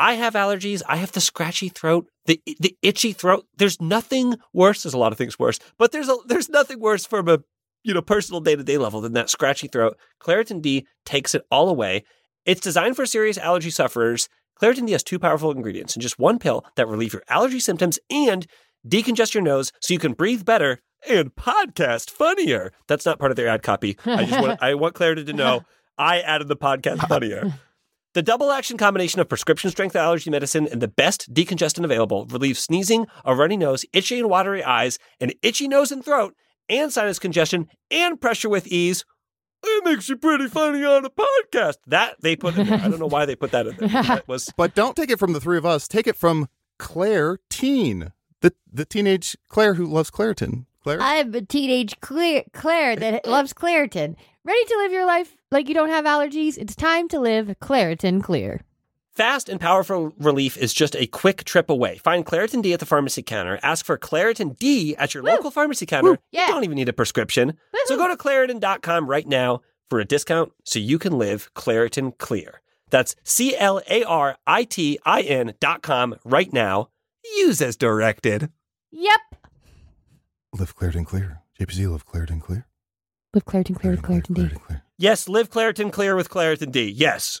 I have allergies. I have the scratchy throat, the the itchy throat. There's nothing worse. There's a lot of things worse, but there's a there's nothing worse from a you know personal day to day level than that scratchy throat. Claritin D takes it all away. It's designed for serious allergy sufferers. Claritin D has two powerful ingredients in just one pill that relieve your allergy symptoms and decongest your nose so you can breathe better and podcast funnier. That's not part of their ad copy. I just want I want Claritin to know I added the podcast funnier. The double action combination of prescription strength allergy medicine and the best decongestant available relieves sneezing, a runny nose, itchy and watery eyes, an itchy nose and throat, and sinus congestion and pressure with ease. It makes you pretty funny on a podcast. That they put in there. I don't know why they put that in there. That was But don't take it from the three of us. Take it from Claire Teen, the, the teenage Claire who loves Claritin. Claire? I'm a teenage Claire, Claire that loves Claritin. Ready to live your life like you don't have allergies? It's time to live Claritin Clear. Fast and powerful relief is just a quick trip away. Find Claritin D at the pharmacy counter. Ask for Claritin D at your local pharmacy counter. Yeah. You don't even need a prescription. So go to Claritin.com right now for a discount so you can live Claritin clear. That's C L A R I T I N.com right now. Use as directed. Yep. live Claritin Clear. JPC, live Claritin Clear. Live Claritin Clear with Claritin D. Clear. Yes, live Claritin clear with Claritin D. Yes.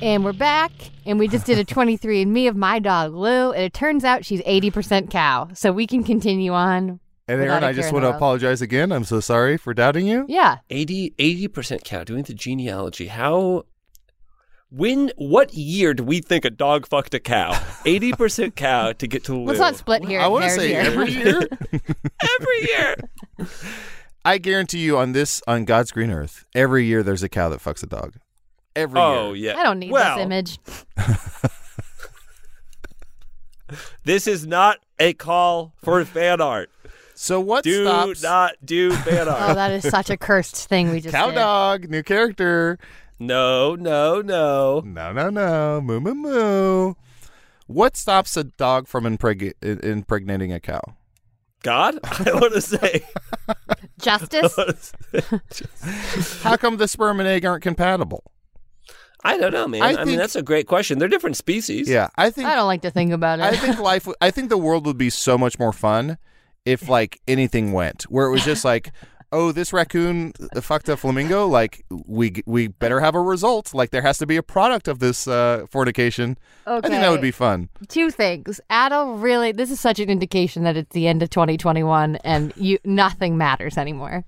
And we're back, and we just did a 23 and me of my dog Lou, and it turns out she's 80% cow. So we can continue on. And without Aaron, a I care just in want the to world. apologize again. I'm so sorry for doubting you. Yeah. 80 80% cow doing the genealogy how when what year do we think a dog fucked a cow 80% cow to get to Lou. Let's not split here. I want to hairs say here. every year. every year I guarantee you on this, on God's green earth, every year there's a cow that fucks a dog. Every oh year. yeah I don't need well, this image. this is not a call for fan art So what do stops not do fan Oh, art that is such a cursed thing we just uh, cow did. dog, new character. no no no No, no, no. Moo, moo, moo. What stops a dog from impreg- impregnating a cow? god i want to say Justice? How come the sperm and egg aren't compatible? i don't know man I i, mean think- that's a great question they're different species Yeah, I think I don't like to think about it. I think life. w- I think the world would be so much more fun if like anything went where it was just like, oh, this raccoon fucked a flamingo. Like we g- we better have a result. Like there has to be a product of this uh, fornication. I think that would Okay. be fun. Two things. Adel really this is such an indication that it's the end of 2021 and you nothing matters anymore.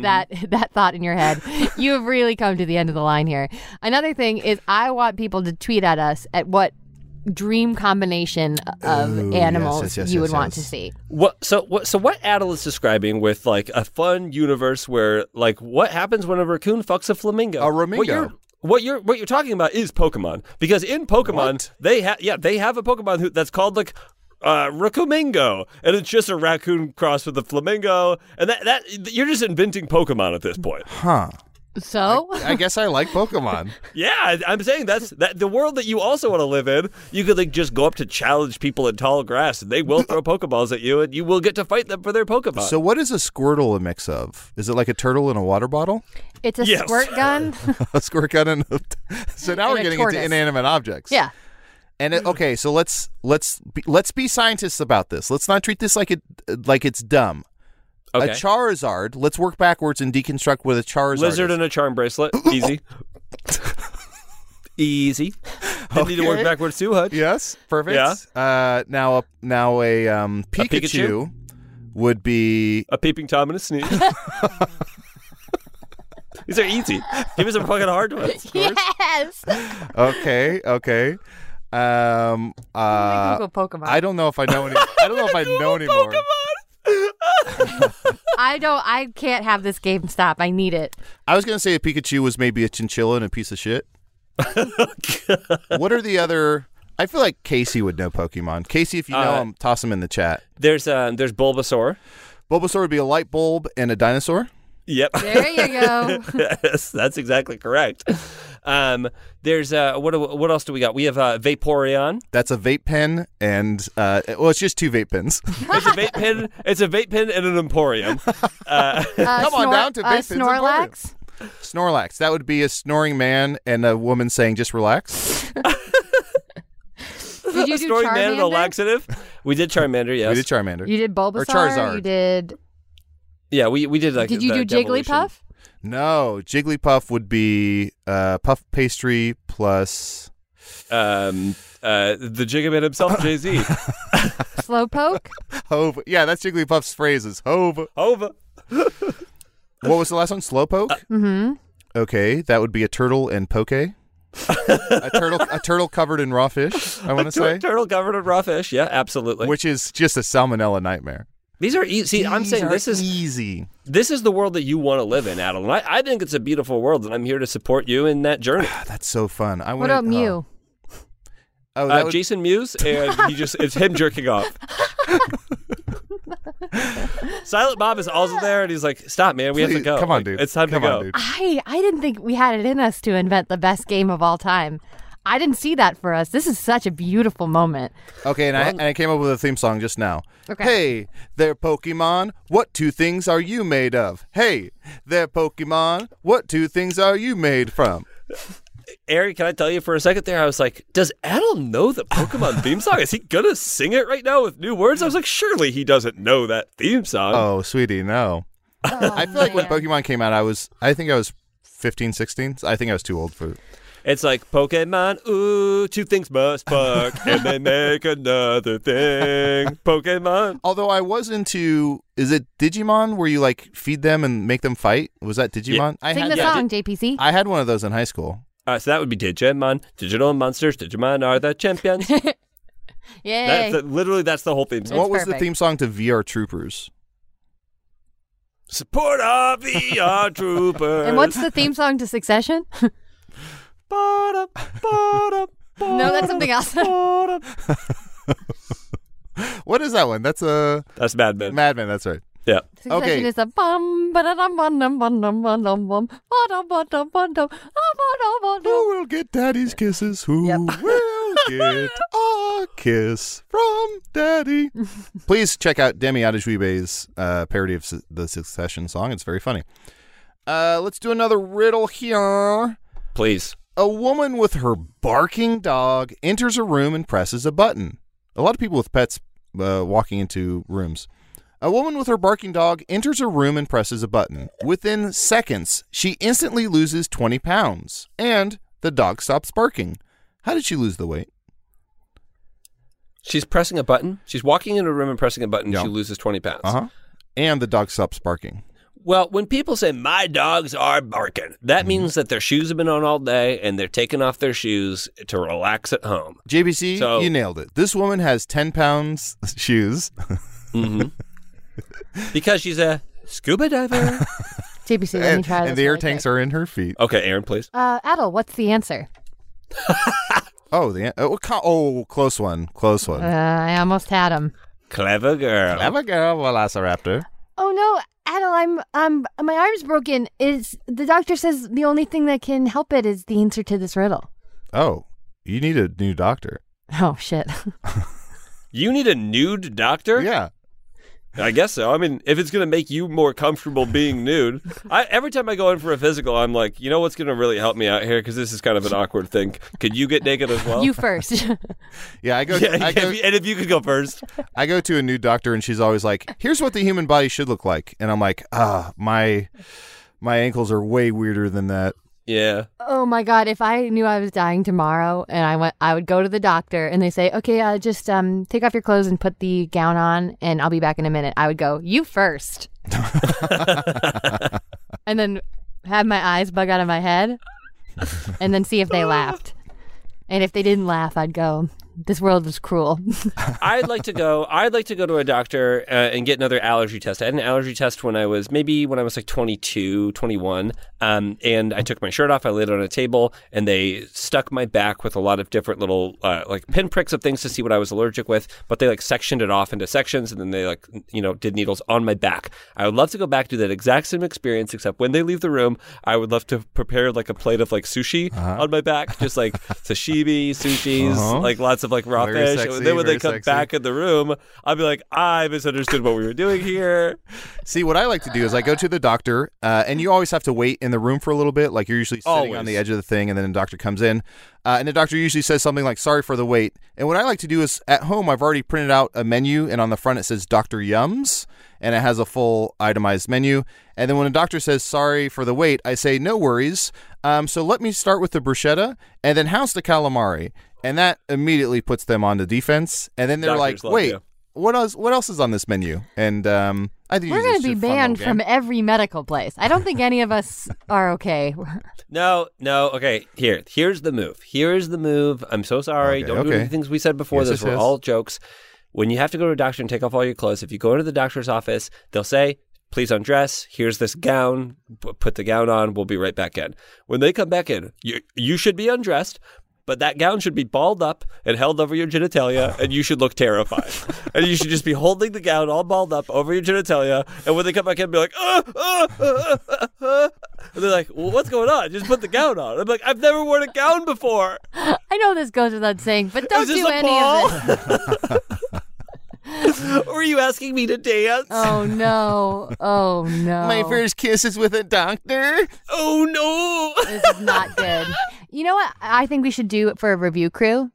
That that thought in your head. you have really come to the end of the line here. Another thing is I want people to tweet at us at what dream combination of Ooh, yes, animals yes, yes, you would yes, want to yes. see. What so what so what Adel is describing with like a fun universe where like what happens when a raccoon fucks a flamingo? A flamingo. What you're what you're what you're talking about is Pokemon because in Pokemon they have yeah they have a Pokemon who that's called like uh Rakumingo and it's just a raccoon crossed with a flamingo and that that you're just inventing Pokemon at this point. Huh? So I guess I like Pokemon. Yeah, I, I'm saying that's that the world that you also want to live in. You could like just go up to challenge people in tall grass and they will throw Pokeballs at you and you will get to fight them for their Pokemon. so what is a Squirtle a mix of? Is it like a turtle in a water bottle? it's a Yes. squirt gun. a squirt gun and a, so now And we're a getting tortoise. into inanimate objects. yeah. And it, okay, so let's let's be, let's be scientists about this. Let's not treat this like it like it's dumb. Okay. A Charizard. Let's work backwards and deconstruct what a Charizard. Lizard is. and a charm bracelet. Easy. Easy. Didn't need to Okay. work backwards too, Hutch. Yes, perfect. Yeah. Uh, now a now a um Pikachu, Pikachu? would be A peeping tom and a sneeze. These are easy. Give us a fucking hard one. Yes. okay, okay. Um, uh, Google Pokemon. I don't know if I know any. I don't know if I know anymore. I don't. I can't have this game stop. I need it. I was gonna say a Pikachu was maybe a chinchilla and a piece of shit. what are the other? I feel like Casey would know Pokemon. Casey, if you know Uh, him, toss him in the chat. There's uh, there's Bulbasaur. Bulbasaur would be a light bulb and a dinosaur. Yep. There you go. yes, that's exactly correct. Um, there's uh, what do- what else do we got? We have uh, Vaporeon. That's a vape pen and uh, well, it's just two vape pens. It's a vape pen. It's a vape pen and an emporium. Uh, Come on Snor- down to uh, Vape Pins Emporium. Snorlax. Snorlax. That would be a snoring man and a woman saying, "Just relax." Did you do a story man and a Charmander? laxative. We did Charmander. Yes. We did Charmander. You did Bulbasaur. Charizard. You did. yeah. We we did like. Did you the do Jigglypuff? devolution. no, Jigglypuff would be uh, puff pastry plus. Um, uh, the Jigaman himself, Jay Z. Slowpoke. Hove. Yeah, that's Jigglypuff's phrases. Hove. Over. What was the last one? Slowpoke. mm-hmm. Okay, that would be a turtle and poke. a turtle, a turtle covered in raw fish. I want to say, Turtle covered in raw fish. Yeah, absolutely. which is just a salmonella nightmare. These are easy. See, I'm These saying are e-, this is easy. this is the world that you want to live in, Adam. And I, I think it's a beautiful world, and I'm here to support you in that journey. God, that's so fun. I What wanna- about Mew? Oh, Oh, that Uh, would- Jason Mewes, and he just it's him jerking off. Silent Bob is also there, and he's like, "Stop, man, we have to Please- go. Come on, Like, dude. It's time Come to on, go." dude. I I didn't think we had it in us to invent the best game of all time. I didn't see that for us. This is such a beautiful moment. Okay, and, I, and I came up with a theme song just now. Okay. Hey, there, Pokemon. What two things are you made of? Hey, there, Pokemon. What two things are you made from? Ari, can I tell you for a second there? I was like, "Does Adam know the Pokemon theme song? Is he gonna sing it right now with new words?" I was like, "Surely he doesn't know that theme song." Oh, sweetie, no. I feel Oh, like when Pokemon came out, I was, I think I was 15, 16. I think I was too old for it. It's like Pokemon. Ooh, two things must fuck, and they make another thing. Pokemon. Although I was into, is it Digimon where you like feed them and make them fight? Was that Digimon? I Sing had, the yeah, song, JPC. I had one of those in high school. Uh, so that would be Digimon, digital monsters. Digimon are the champions. Yay. That's the, literally that's the whole theme. song. what was the perfect. theme song to VR Troopers? Support our VR troopers. and what's the theme song to Succession? Ba-da, ba-da, no, that's something else. ba-da. What is that one? That's a That's Mad Men. Mad Men. That's right. yeah. Succession Okay. is a bum ba-da-dum, bum-dum, bum-dum, bum-dum, bum, ba-dum, bum-dum, bum-dum, ah, ba-dum, bum-dum. Who will get daddy's kisses? Who will get a kiss from daddy? Please check out Demi Adejuibe's uh, parody of su- the Succession song. It's very funny. Uh, let's do another riddle here. Please. A woman with her barking dog enters a room and presses a button. A lot of people with pets uh, walking into rooms. A woman with her barking dog enters a room and presses a button. Within seconds, she instantly loses 20 pounds and the dog stops barking. How did she lose the weight? She's pressing a button. She's walking in a room and pressing a button. Yeah. Uh-huh. She loses twenty pounds. huh. And the dog stops barking. Well, when people say my dogs are barking, that Mm-hmm. means that their shoes have been on all day and they're taking off their shoes to relax at home. JBC, So- you nailed it. This woman has 10 pounds shoes. Mm-hmm. Because she's a scuba diver. JPC, let me and, try this and the air really tanks quick. are in her feet. okay, Aaron, please. Uh, Adel, what's the answer? Oh, the oh, co- oh close one. Close one. Uh, I almost had him. Clever girl. Have a girl, Velociraptor. Oh no, Adel, I'm um my arm's broken. Is the doctor says the only thing that can help it is the answer to this riddle. Oh, you need a new doctor. Oh shit. You need a nude doctor? Yeah. I guess so. I mean, if it's going to make you more comfortable being nude, I, every time I go in for a physical, I'm like, you know what's going to really help me out here because this is kind of an awkward thing. Could you get naked as well? You first. Yeah, I go. yeah, I if go you- and if you could go first, I go to a new doctor and she's always like, "Here's what the human body should look like," and I'm like, "Ah, my my ankles are way weirder than that." yeah. oh my god! If I knew I was dying tomorrow, and I went, I would go to the doctor, and they say, "Okay, uh, just um, take off your clothes and put the gown on, and I'll be back in a minute." I would go, "You first. and then have my eyes bug out of my head, and then see if they laughed. And if they didn't laugh, I'd go, "This world is cruel." I'd like to go. I'd like to go to a doctor uh, and get another allergy test. I had an allergy test when I was maybe when I was like 22, 21, um, and I took my shirt off. I laid it on a table, and they stuck my back with a lot of different little uh, like pinpricks of things to see what I was allergic with. But they like sectioned it off into sections, and then they like you know did needles on my back. I would love to go back to that exact same experience, except when they leave the room, I would love to prepare like a plate of like sushi on my back, just like sashimi, sushis, Uh-huh. like lots of like raw Very fish. sexy, and then when they very come sexy. back in the room, I'll be like, I misunderstood what we were doing here. See, what I like to do is I go to the doctor, uh, and you always have to wait in the room for a little bit. Like you're usually sitting on Always. the edge of the thing, and then a doctor comes in, uh, and the doctor usually says something like "Sorry for the wait." And what I like to do is at home, I've already printed out a menu, and on the front it says "Doctor Yums," and it has a full itemized menu. And then when a doctor says "Sorry for the wait," I say "No worries." Um, so let me start with the bruschetta, and then how's the calamari? And that immediately puts them on the defense. And then they're Doctors like, love "Wait." you. What else? What else is on this menu? And um, I think We're going going to to be banned from every medical place. I don't think any of us are okay. No, no, okay. Here, here's the move. Here's the move. I'm so sorry. Okay, Don't do okay. any of the things we said before. Yes, Those yes, were yes. all jokes. When you have to go to a doctor and take off all your clothes, if you go into the doctor's office, they'll say, Please undress. Here's this gown. P- Put the gown on. We'll be right back in. When they come back in, you, you should be undressed, but that gown should be balled up and held over your genitalia, and you should look terrified. and you should just be holding the gown all balled up over your genitalia. And when they come back in, be like, uh, uh, uh, uh, uh. And they're like, well, what's going on? Just put the gown on. I'm like, I've never worn a gown before. I know this goes without saying, but don't Is this do a any ball? of this. Were you asking me to dance? Oh no! Oh no! My first kiss is with a doctor. oh, no. This is not good. You know what? I think we should do it for a review crew.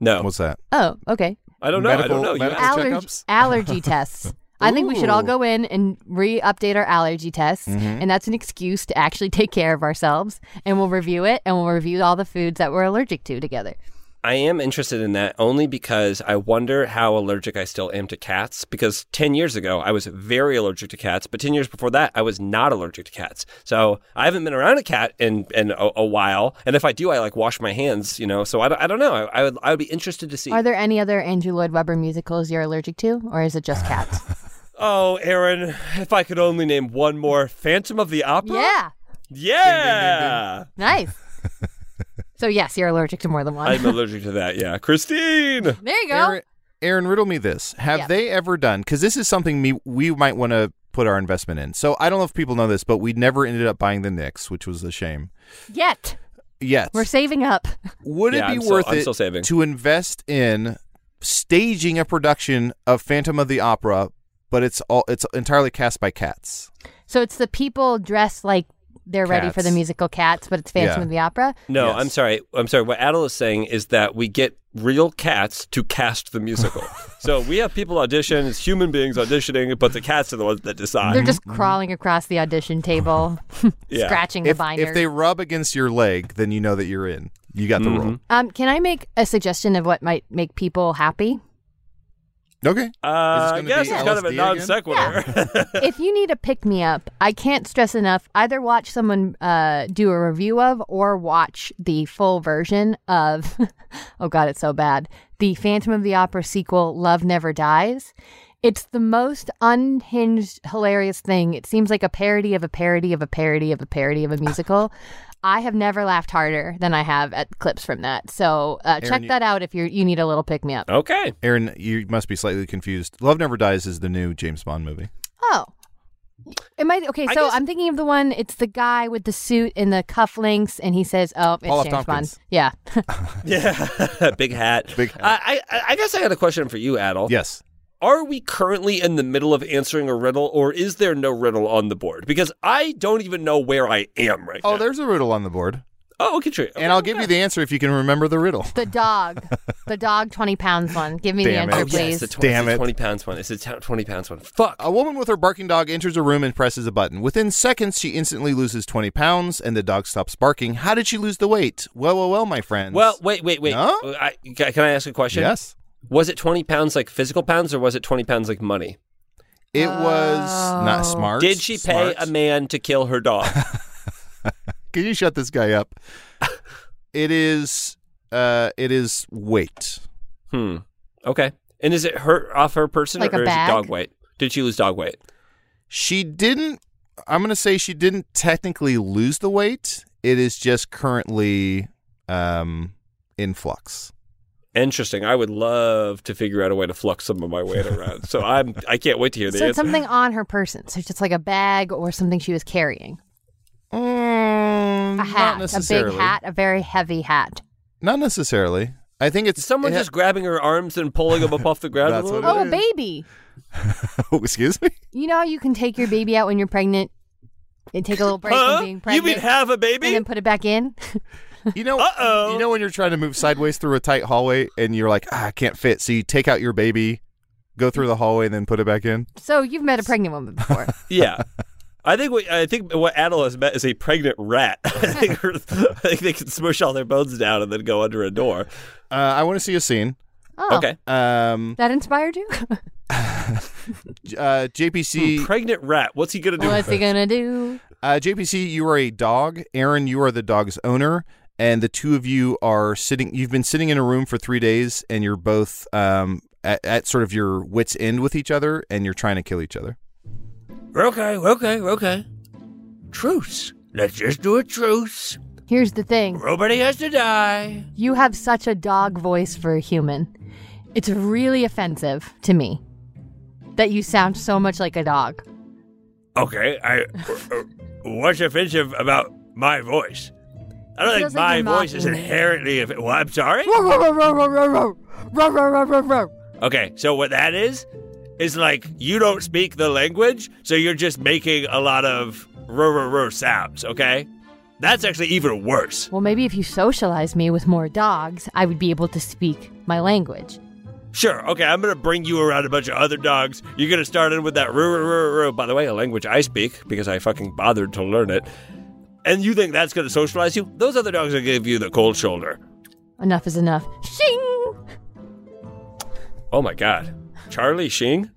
No. What's that? Oh, okay. I don't know. I Medical- don't know. You medical- asked- Allergy checkups? allergy tests. I think we should all go in and re-update our allergy tests, and that's an excuse to actually take care of ourselves. And we'll review it, and we'll review all the foods that we're allergic to together. I am interested in that only because I wonder how allergic I still am to cats. Because 10 years ago, I was very allergic to cats, but 10 years before that, I was not allergic to cats. So I haven't been around a cat in, in a, a while. And if I do, I like wash my hands, you know. So I don't, I don't know. I, I, would, I would be interested to see. Are there any other Andrew Lloyd Webber musicals you're allergic to, or is it just cats? oh, Aaron, if I could only name one more Phantom of the Opera? yeah, Yeah. nice. so yes, you're allergic to more than one. I'm allergic to that. Yeah. Christine. there you go. Aaron, Aaron, riddle me this: Have Yeah. they ever done? Because this is something me we might want to put our investment in. So I don't know if people know this, but we never ended up buying the Knicks, which was a shame. Yet Yet, we're saving up. would Yeah, it I'm be still- worth I'm it still saving. to invest in staging a production of Phantom of the Opera, but it's all it's entirely cast by cats? So it's the people dressed like they're ready for the Cats. musical Cats, but it's Phantom Yeah. of the Opera. No, Yes. I'm sorry. I'm sorry. What Adel is saying is that we get real cats to cast the musical. so we have people audition, it's human beings auditioning, but the cats are the ones that decide. They're just crawling across the audition table, Yeah. scratching the If, binder. if they rub against your leg, then you know that you're in. You got the role. Mm-hmm. um, can I make a suggestion of what might make people happy? Okay. uh, I Is this gonna guess be it's kind of LSD a again? non sequitur. if you need a pick me up, I can't stress enough. Either watch someone uh, do a review of, or watch the full version of. oh God, it's so bad. The Phantom of the Opera sequel, Love Never Dies. It's the most unhinged, hilarious thing. It seems like a parody of a parody of a parody of a parody of a musical. I have never laughed harder than I have at clips from that. So uh, check you- that out if you are you need a little pick me up. okay. Aaron, you must be slightly confused. Love Never Dies is the new James Bond movie. Oh. It might okay, I so guess- I'm thinking of the one. It's the guy with the suit and the cufflinks, and he says, "Oh, it's Paul F. James Bond." Tompkins. Yeah, Yeah. Big hat. Big hat. Uh, I, I I guess I got a question for you, Adel. Yes. are we currently in the middle of answering a riddle or is there no riddle on the board? Because I don't even know where I am right Oh, now. there's a riddle on the board, Oh, okay, true. and I'll give you the answer if you can remember the riddle. The dog. the dog, 20 pounds one. Give me Damn the it. answer, Oh, Yes, please. the 20, Damn the it. Oh, 20 pounds one. It's a t- 20 pounds one. Fuck. A woman with her barking dog enters a room and presses a button. Within seconds, she instantly loses 20 pounds and the dog stops barking. How did she lose the weight? Well, well, well, my friends. Well, wait, wait, wait. No? I, ca- can I ask a question? yes. Was it 20 pounds like physical pounds or was it 20 pounds like money? It was not smart. Did she pay Smart. a man to kill her dog? Can you shut this guy up? it is uh it is weight. hmm. Okay. And is it her off her person Like a or is it bag? dog weight? Did she lose dog weight? She didn't I'm going to say she didn't technically lose the weight. It is just currently um in flux. Interesting. I would love to figure out a way to flux some of my weight around. So I'm I can't wait to hear the So it's answer. something on her person. So it's just like a bag or something she was carrying. Mm, A hat. not a big necessarily. hat, a very heavy hat. Not necessarily. I think it's eh, Someone it ha- just grabbing her arms and pulling them up off the ground. a That's little what Oh, is. a baby. Oh, excuse me. You know how you can take your baby out when you're pregnant and take a little bit? break Huh? from being You pregnant mean have a and baby? then put it back in? You know, Uh-oh. you know when you're trying to move sideways through a tight hallway and you're like, ah, I can't fit. So you take out your baby, go through the hallway, and then put it back in. so you've met a pregnant woman before. Yeah. I think what I think what Adel has met is a pregnant rat. I think, her- I think they can smush all their bones down and then go under a door. Uh, I want to see a scene. Oh, Okay. Um, That inspired you? j- uh, JPC, Pregnant rat. What's he gonna do? What's with he it? gonna do? uh, JPC, you are a dog. Aaron, you are the dog's owner, and the two of you are sitting. You've been sitting in a room for three days, and you're both um, at, at sort of your wits' end with each other, and you're trying to kill each other. Okay, okay, okay. Truce. Let's just do a truce. Here's the thing. Nobody has to die. You have such a dog voice for a human. It's really offensive to me that you sound so much like a dog. Okay, I. uh, what's offensive about my voice? I don't It think feels like my you're voice is mocking me. inherently. If well, I'm sorry. Okay, so what that is is like you don't speak the language, so you're just making a lot of r r sounds. Okay, that's actually even worse. Well, maybe if you socialize me with more dogs, I would be able to speak my language. Sure. Okay, I'm gonna bring you around a bunch of other dogs. You're gonna start in with that roo roo roo roo. By the way, a language I speak because I fucking bothered to learn it. And you think that's gonna socialize you? Those other dogs will give you the cold shoulder. Enough is enough. Shing! Oh my god, Charlie Sheen.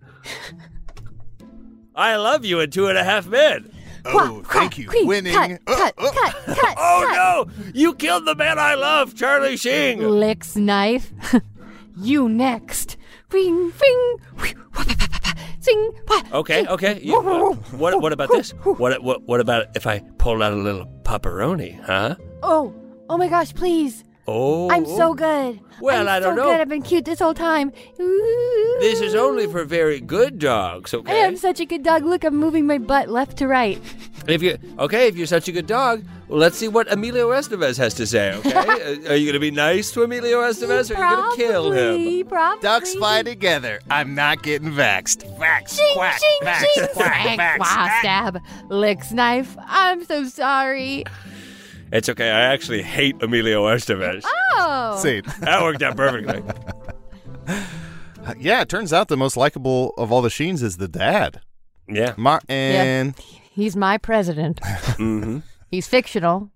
I love you in two and a half men. Oh, thank you. Queen, Winning. Cut, Uh, cut, uh. cut, cut, cut. Oh no, you killed the man I love, Charlie Sheen. Licks knife. you next. Wing, wing. whew, wah, bah, bah, bah, bah, Zing. wah, Okay, zing. okay. You- Woo, woo, woo, what, woo, what about woo, this? woo. What, what what about if I pulled out a little pepperoni, huh? Oh, oh my gosh, please. Oh, I'm so good. Well, I'm I don't so know. Good. I've been cute this whole time. Ooh. This is only for very good dogs, I okay? am such a good dog. Look, I'm moving my butt left to right. If you okay, if you're such a good dog, well, let's see what Emilio Estevez has to say. Okay, Uh, are you gonna be nice to Emilio Estevez, or are you gonna kill him? Probably, Probably. Ducks fly together. I'm not getting vaxxed. Vax, Shing, quack, shing, vax, shing. quack, Whack, vax. wah, Ah. stab. Licks knife. I'm so sorry. It's okay. I actually hate Emilio Estevez. Oh. Scene. That worked out perfectly. Uh, Yeah, it turns out the most likable of all the Sheens is the dad. Yeah. Martin. He's my president. hmm He's fictional.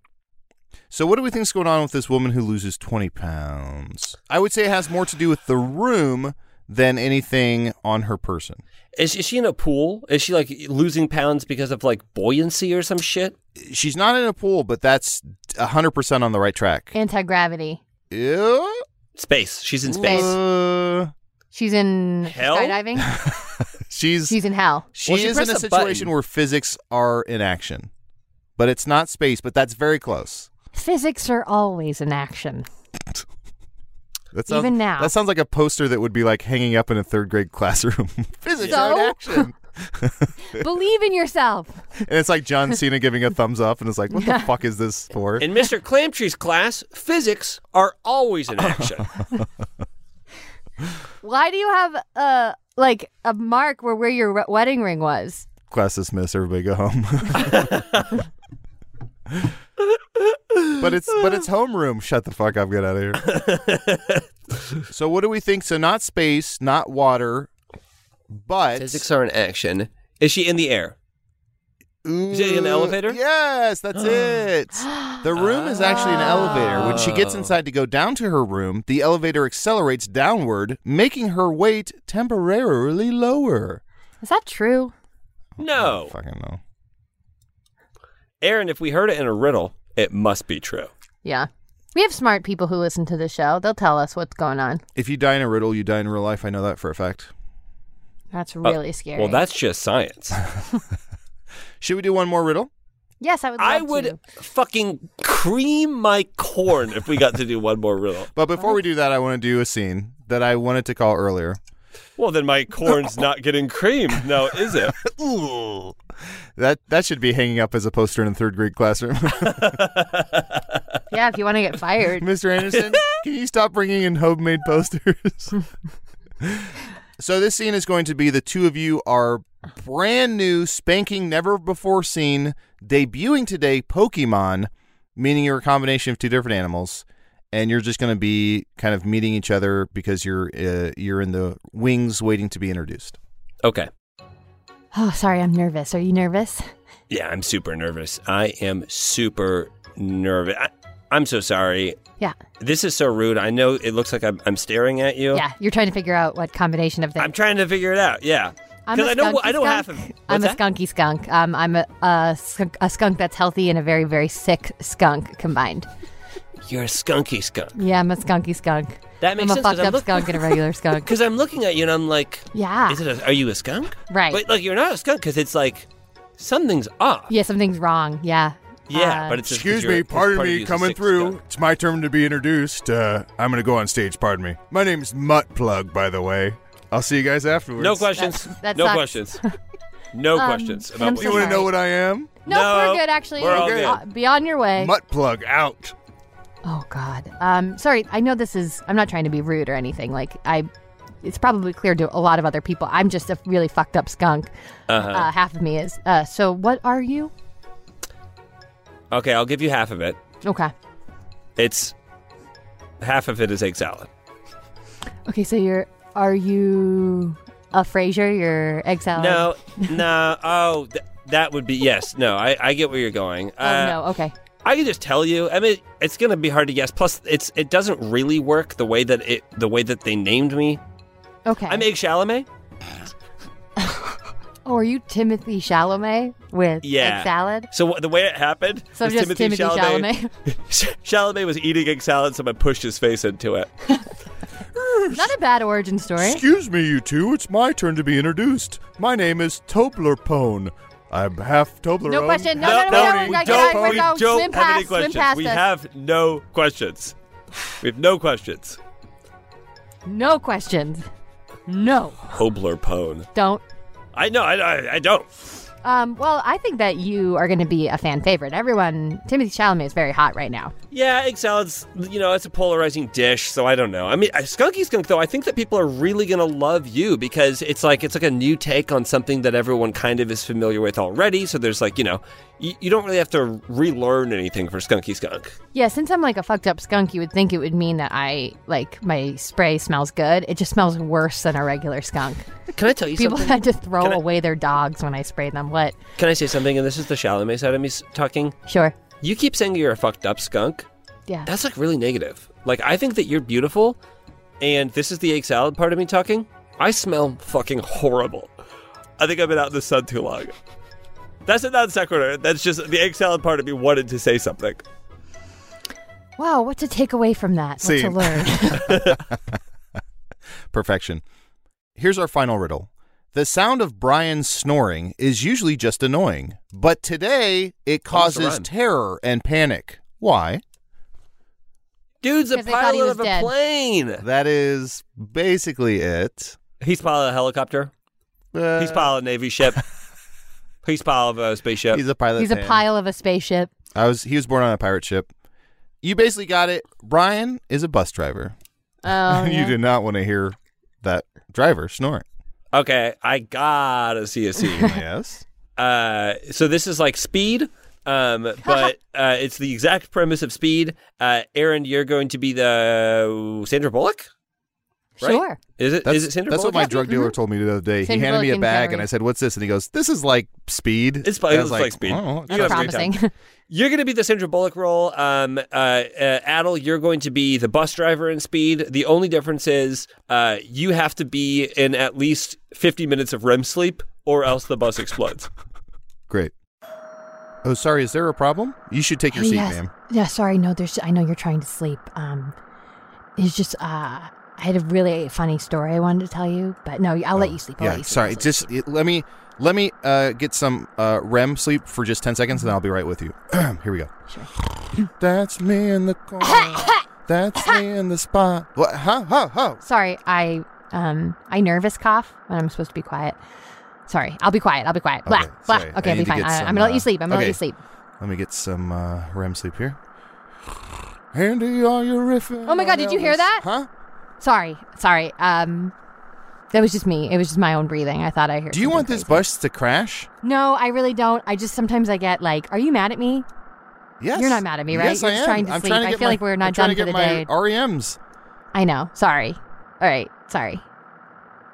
So, what do we think's going on with this woman who loses 20 pounds? I would say it has more to do with the room than anything on her person. Is, is she in a pool? Is she like losing pounds because of like buoyancy or some shit? She's not in a pool, but that's 100% on the right track. Anti gravity. Ew. Space. She's in space. Uh, She's in Hell? skydiving. she's She's in hell. She Well, she is in pressed a a situation button. where physics are in action, but it's not space. But that's very close. Physics are always in action. That sounds, Even now. that sounds like a poster that would be like hanging up in a third grade classroom. physics are in So? action, Believe in yourself. and it's like John Cena giving a thumbs up, and it's like, what the fuck is this for? In Mr. Clamtree's class, physics are always in action. Why do you have a like a mark where where your re- wedding ring was. Class dismissed. Everybody go home. but it's but it's homeroom. Shut the fuck up. Get out of here. so what do we think? So not space, not water, but Physics are in action. Is she in the air? Ooh, she in an elevator? Yes, that's it. The room is actually an elevator. When she Oh. gets inside to go down to her room, the elevator accelerates downward, making her weight temporarily lower. Is that true? No. Fucking no. Aaron, if we heard it in a riddle, it must be true. Yeah. We have smart people who listen to the show. They'll tell us what's going on. If you die in a riddle, you die in real life. I know that for a fact. That's Oh, really scary. Well, that's just science. Should we do one more riddle? yes, I would. Love I would To. fucking cream my corn if we got to do one more riddle. But before we do that, I want to do a scene that I wanted to call earlier. Well, then my corn's not getting creamed now, is it? Ooh. That that should be hanging up as a poster in the third grade classroom. Yeah, if you want to get fired. Mr. Anderson, can you stop bringing in homemade posters? so this scene is going to be the two of you are brand new, spanking, never before seen, debuting today Pokemon, meaning you're a combination of two different animals, and you're just going to be kind of meeting each other because you're uh, you're in the wings waiting to be introduced. Okay. Oh, sorry, I'm nervous. Are you nervous? Yeah, I'm super nervous. I am super nervous. I, I'm so sorry. Yeah. This is so rude. I know it looks like I'm, I'm staring at you. Yeah, you're trying to figure out what combination of things. I'm trying to figure it out. Yeah. I'm a Because I know skunky I know half of. skunk. I'm What's a that? skunky skunk. Um, I'm a, a, skunk, a skunk that's healthy and a very, very sick skunk combined. You're a skunky skunk. Yeah, I'm a skunky skunk. That makes I'm sense. a fucked 'cause I'm up look- skunk and a regular skunk. Because I'm looking at you and I'm like, Yeah. is it? A, are you a skunk? Right. But like, you're not a skunk because it's like something's off. yeah, something's wrong. Yeah. Yeah, Uh, but it's just 'cause Excuse you're- me, pardon part of me you's a coming sick through. skunk. It's my turn to be introduced. Uh, I'm going to go on stage, pardon me. My name's Muttplug, by the way. I'll see you guys afterwards. No questions. that no sucks. questions. No Um, questions I'm about what so You you want to know Sorry. what I am? No, No, we're good actually. we're all good. Uh, Be on your way. Muttplug out. oh God. Um, sorry. I know this is. I'm not trying to be rude or anything. Like I, it's probably clear to a lot of other people. I'm just a really fucked up skunk. Uh-huh. Uh, half of me is. Uh, so what are you? Okay, I'll give you half of it. Okay. It's half of it is egg salad. Okay, so you're are you a Frasier? Your egg salad? No, no. Oh, th- that would be yes. No, I, I get where you're going. Uh, Oh no. Okay. I can just tell you. I mean, it's going to be hard to guess. Plus, it's it doesn't really work the way that it the way that they named me. Okay. I'm Egg Chalamet. oh, are you Timothy Chalamet with Yeah. egg salad? So wh- the way it happened So I'm was just Timothy Chalamet. Chalamet. Chalamet was eating egg salad, someone pushed his face into it. Not a bad origin story. Excuse me, you two. It's my turn to be introduced. My name is Toblerpone. I'm half Toblerone. No question. No, No, no, no, no, no, no, we no, don't, no, we no, don't swim have any past, swim questions. past we us. have no questions. We have no questions. No questions. No, Hobler Pone. don't. I know, I, I, I don't. Um, well, I think that you are going to be a fan favorite. Everyone, Timothy Chalamet is very hot right now. Yeah, egg salad's, you know, it's a polarizing dish, so I don't know. I mean, uh, Skunky Skunk, though, I think that people are really going to love you because it's like, it's like a new take on something that everyone kind of is familiar with already. So there's like, you know, you, you don't really have to relearn anything for Skunky Skunk. Yeah, since I'm like a fucked up skunk, you would think it would mean that I like my spray smells good. It just smells worse than a regular skunk. Can I tell you People something? had to throw Can I- away their dogs when I sprayed them. What? Can I say something? And this is the Chalamet side of me s- talking. Sure. You keep saying you're a fucked up skunk. Yeah. That's like really negative. Like I think that you're beautiful, and this is the egg salad part of me talking. I smell fucking horrible. I think I've been out in the sun too long. That's a non sequitur. That's just the egg salad part of me wanted to say something. wow, what to take away from that? What to Same. learn? Perfection. Here's our final riddle. The sound of Brian snoring is usually just annoying, but today it Almost a causes rhyme. terror and panic. Why? Dude's a 'Cause they thought he pilot was of a dead. plane. That is basically it. He's pilot of a helicopter. Uh, He's pilot of a navy ship. He's pilot of a spaceship. He's a pilot. He's a man. pile of a spaceship. I was. He was born on a pirate ship. You basically got it. Brian is a bus driver. Oh, you yeah. did not want to hear that driver snoring. Okay, I gotta see a scene. Yes. Uh, so this is like Speed, um, but uh, it's the exact premise of Speed. Uh, Aaron, you're going to be the uh, Sandra Bullock. Right? Sure. Is it? That's, is it Sandra that's what Bullock? my drug dealer told me the other day. he Mm-hmm. Sandra handed me a Bullock and bag, and Carrie. I said, "What's this?" And he goes, "This is like speed." And It's I probably was it's like, Speed. "Oh, You're okay." gonna have a great promising. time. You're going to be the Sandra Bullock role. Um, uh, uh, Adel, you're going to be the bus driver in Speed. The only difference is uh, you have to be in at least 50 minutes of REM sleep, or else the bus explodes. Great. Oh, sorry. Is there a problem? You should take your Hey, seat, Oh, yes. ma'am. Yeah, sorry. No, there's. I know you're trying to sleep. Um, it's just. Uh, I had a really funny story I wanted to tell you, but no, I'll let you sleep. I'll let Oh, Yeah. you sleep. Sorry. I'll sleep. Just it- let me let me uh, get some uh, REM sleep for just ten seconds, and then I'll be right with you. Here we go. That's me in the corner. That's me in the spot. What? Huh? Huh? Huh? Sorry. I um. I nervous cough when I'm supposed to be quiet. Sorry. I'll be quiet. I'll be quiet. Blah Okay, blah. sorry. I Okay, I'll need be to fine. get I, some, I'm gonna let uh, you sleep. I'm gonna let okay. you sleep. Let me get some uh, REM sleep here. Andy, are you riffing? Oh my God, on did you hear Elvis? that? Huh? Sorry. Sorry. Um. That was just me. It was just my own breathing. I thought I heard. Do you something want this crazy. bus to crash? No, I really don't. I just sometimes I get like, "Are you mad at me?" Yes. You're not mad at me, right? Yes, You're I just am. trying to I'm sleep. Trying to I get feel my- like we're not I'm trying done to for the get my E day. REMs. I know. Sorry. All right. Sorry.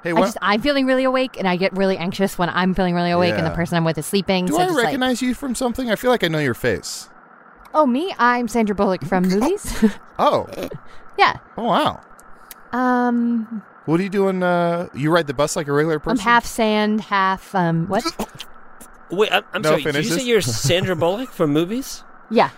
Hey, I what? just I'm feeling really awake, and I get really anxious when I'm feeling really awake, and the Yeah. person I'm with is sleeping. do so I just like- recognize you from something? I feel like I know your face. oh, me? I'm Sandra Bullock from movies. Oh. Eh. yeah. Oh wow. Um, What are you doing? Uh, you ride the bus like a regular I'm person. half sand, half um, what? Wait, I'm, I'm No sorry. Did you finishes? say you're Sandra Bullock from movies? yeah.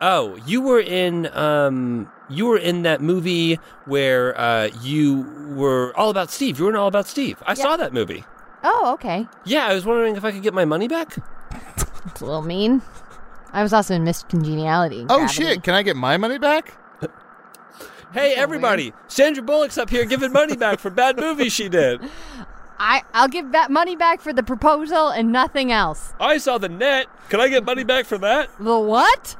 Oh, you were in um, you were in that movie where uh, you were all about Steve. You were in all about Steve. I saw that movie. Oh, okay. Yeah, I was wondering if I could get my money back. It's a little mean. I was also in Miss Congeniality. and Oh Gravity. shit! Can I get my money back? Hey, everybody! Sandra Bullock's up here giving money back for bad movies she did. I I'll give that money back for the proposal and nothing else. I saw the net. Can I get money back for that? The what?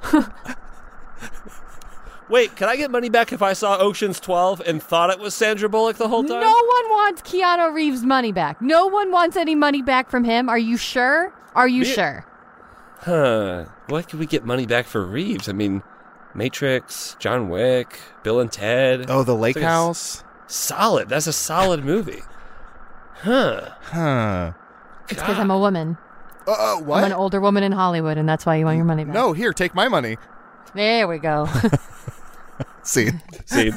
Wait, can I get money back if I saw Ocean's Twelve and thought it was Sandra Bullock the whole No time? one wants Keanu Reeves' money back. No one wants any money back from him. Are you sure? Are you Yeah. sure? Huh. What could we get money back for Reeves? I mean, Matrix, John Wick, Bill and Ted. Oh, the lake It's like a s- house. Solid. That's a solid movie. Huh. Huh. It's because I'm a woman. Uh, uh, I'm an what? older woman in Hollywood, and that's why you want your money back. No, here, take my money. There we go. See, See,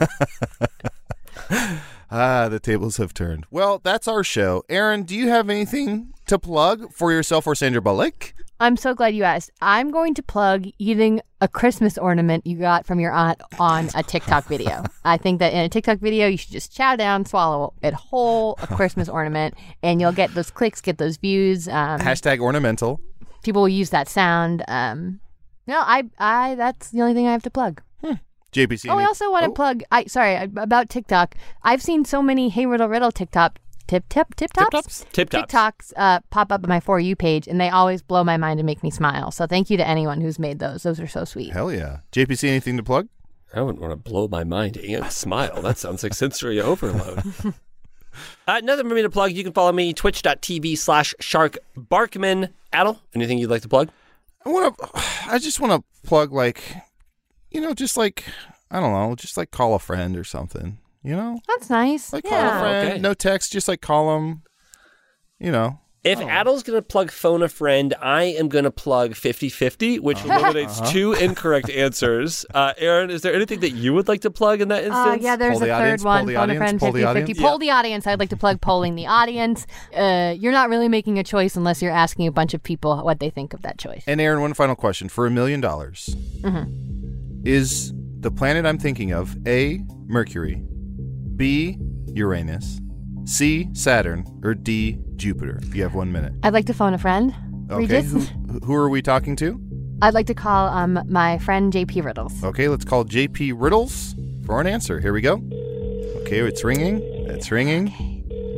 ah, the tables have turned. Well, that's our show. Aaron, do you have anything to plug for yourself or Sandra Bullock? I'm so glad you asked. I'm going to plug eating a Christmas ornament you got from your aunt on a TikTok video. I think that in a TikTok video, you should just chow down, swallow it whole, a Christmas ornament, and you'll get those clicks, get those views. Um, Hashtag ornamental. people will use that sound. Um, no, I, I, that's the only thing I have to plug. JPC. Oh, I any- also want to Oh. plug. I sorry I- about TikTok. I've seen so many Hey Riddle Riddle TikTok tip tip tip tops Tip tops. TikToks uh, pop up on my for you page, and they always blow my mind and make me smile. So thank you to anyone who's made those. Those are so sweet. Hell yeah. JPC, anything to plug? I wouldn't want to blow my mind and smile. That sounds like sensory overload. Uh, nothing for me to plug. You can follow me, twitch.tv slash shark barkman. Adel, anything you'd like to plug? I want to. I just want to plug, like, you know, just like I don't know, just like call a friend or something. You know, That's nice. like call a yeah. friend, Okay. no text, just like call them. You know, If Oh. Adel's going to plug phone a friend, I am going to plug 50 50, which Uh-huh. eliminates two incorrect answers. Uh, Aaron, is there anything that you would like to plug in that Uh, instance? yeah, there's Poll the a audience, third poll one. the Phone a audience, friend, poll the 50 50. audience. Poll the audience. I'd like to plug polling the audience. Uh, you're not really making a choice unless you're asking a bunch of people what they think of that choice. and Aaron, one final question for a million dollars: Is the planet I'm thinking of a Mercury, B Uranus, C Saturn, or D Jupiter? You have one minute. I'd like to phone a friend. Okay, Regis? who, who are we talking to? I'd like to call um, my friend JP Riddles. Okay, let's call JP Riddles for an answer. Here we go. Okay, it's ringing. It's ringing.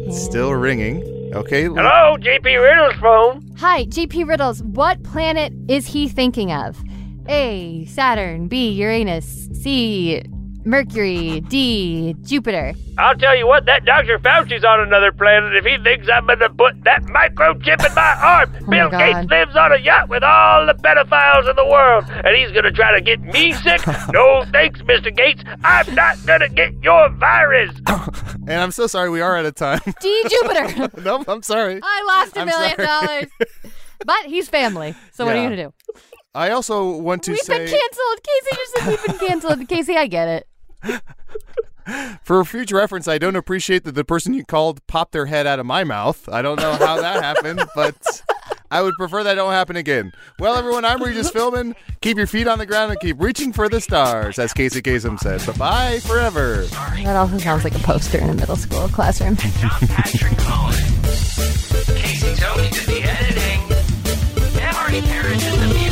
It's still ringing. Okay. l- Hello, JP Riddle's phone. Hi, JP Riddles. What planet is he thinking of? A. Saturn. B. Uranus. C. Mercury, D, Jupiter. I'll tell you what, that Dr. Fauci's on another planet if he thinks I'm going to put that microchip in my arm. Oh my Bill God. Gates lives on a yacht with all the pedophiles in the world, and he's going to try to get me sick? no thanks, Mr. Gates. I'm not going to get your virus. And I'm so sorry we are out of time. D, Jupiter. nope, I'm sorry. I lost a I'm million sorry. dollars. But he's family. So what are you Yeah. going to do? I also want to We've say been canceled. Casey just said we've been canceled. Casey, I get it. for future reference, I don't appreciate that the person you called popped their head out of my mouth. I don't know how that happened, but I would prefer that don't happen again. Well, everyone, I'm Regis Philbin. Keep your feet on the ground and keep reaching for the stars, as Casey Kasem said. Bye bye forever. That also sounds like a poster in a middle school classroom. John Patrick Cohen. Casey Tony did the editing. And Marty Parrish did the music.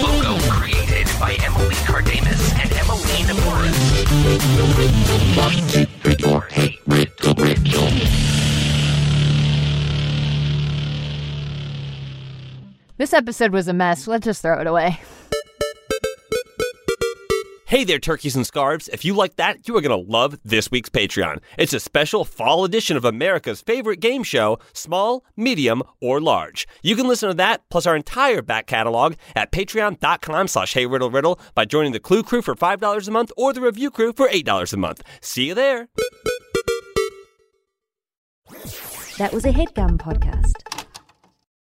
Logo created by Emily Cardamus and Emily Namoris. This episode was a mess. Let's just throw it away. Hey there, turkeys and scarves. If you like that, you are going to love this week's Patreon. It's a special fall edition of America's favorite game show, small, medium, or large. You can listen to that plus our entire back catalog at patreon.com slash heyriddleriddle by joining the Clue Crew for $5 a month or the Review Crew for $8 a month. See you there. That was a headgum podcast.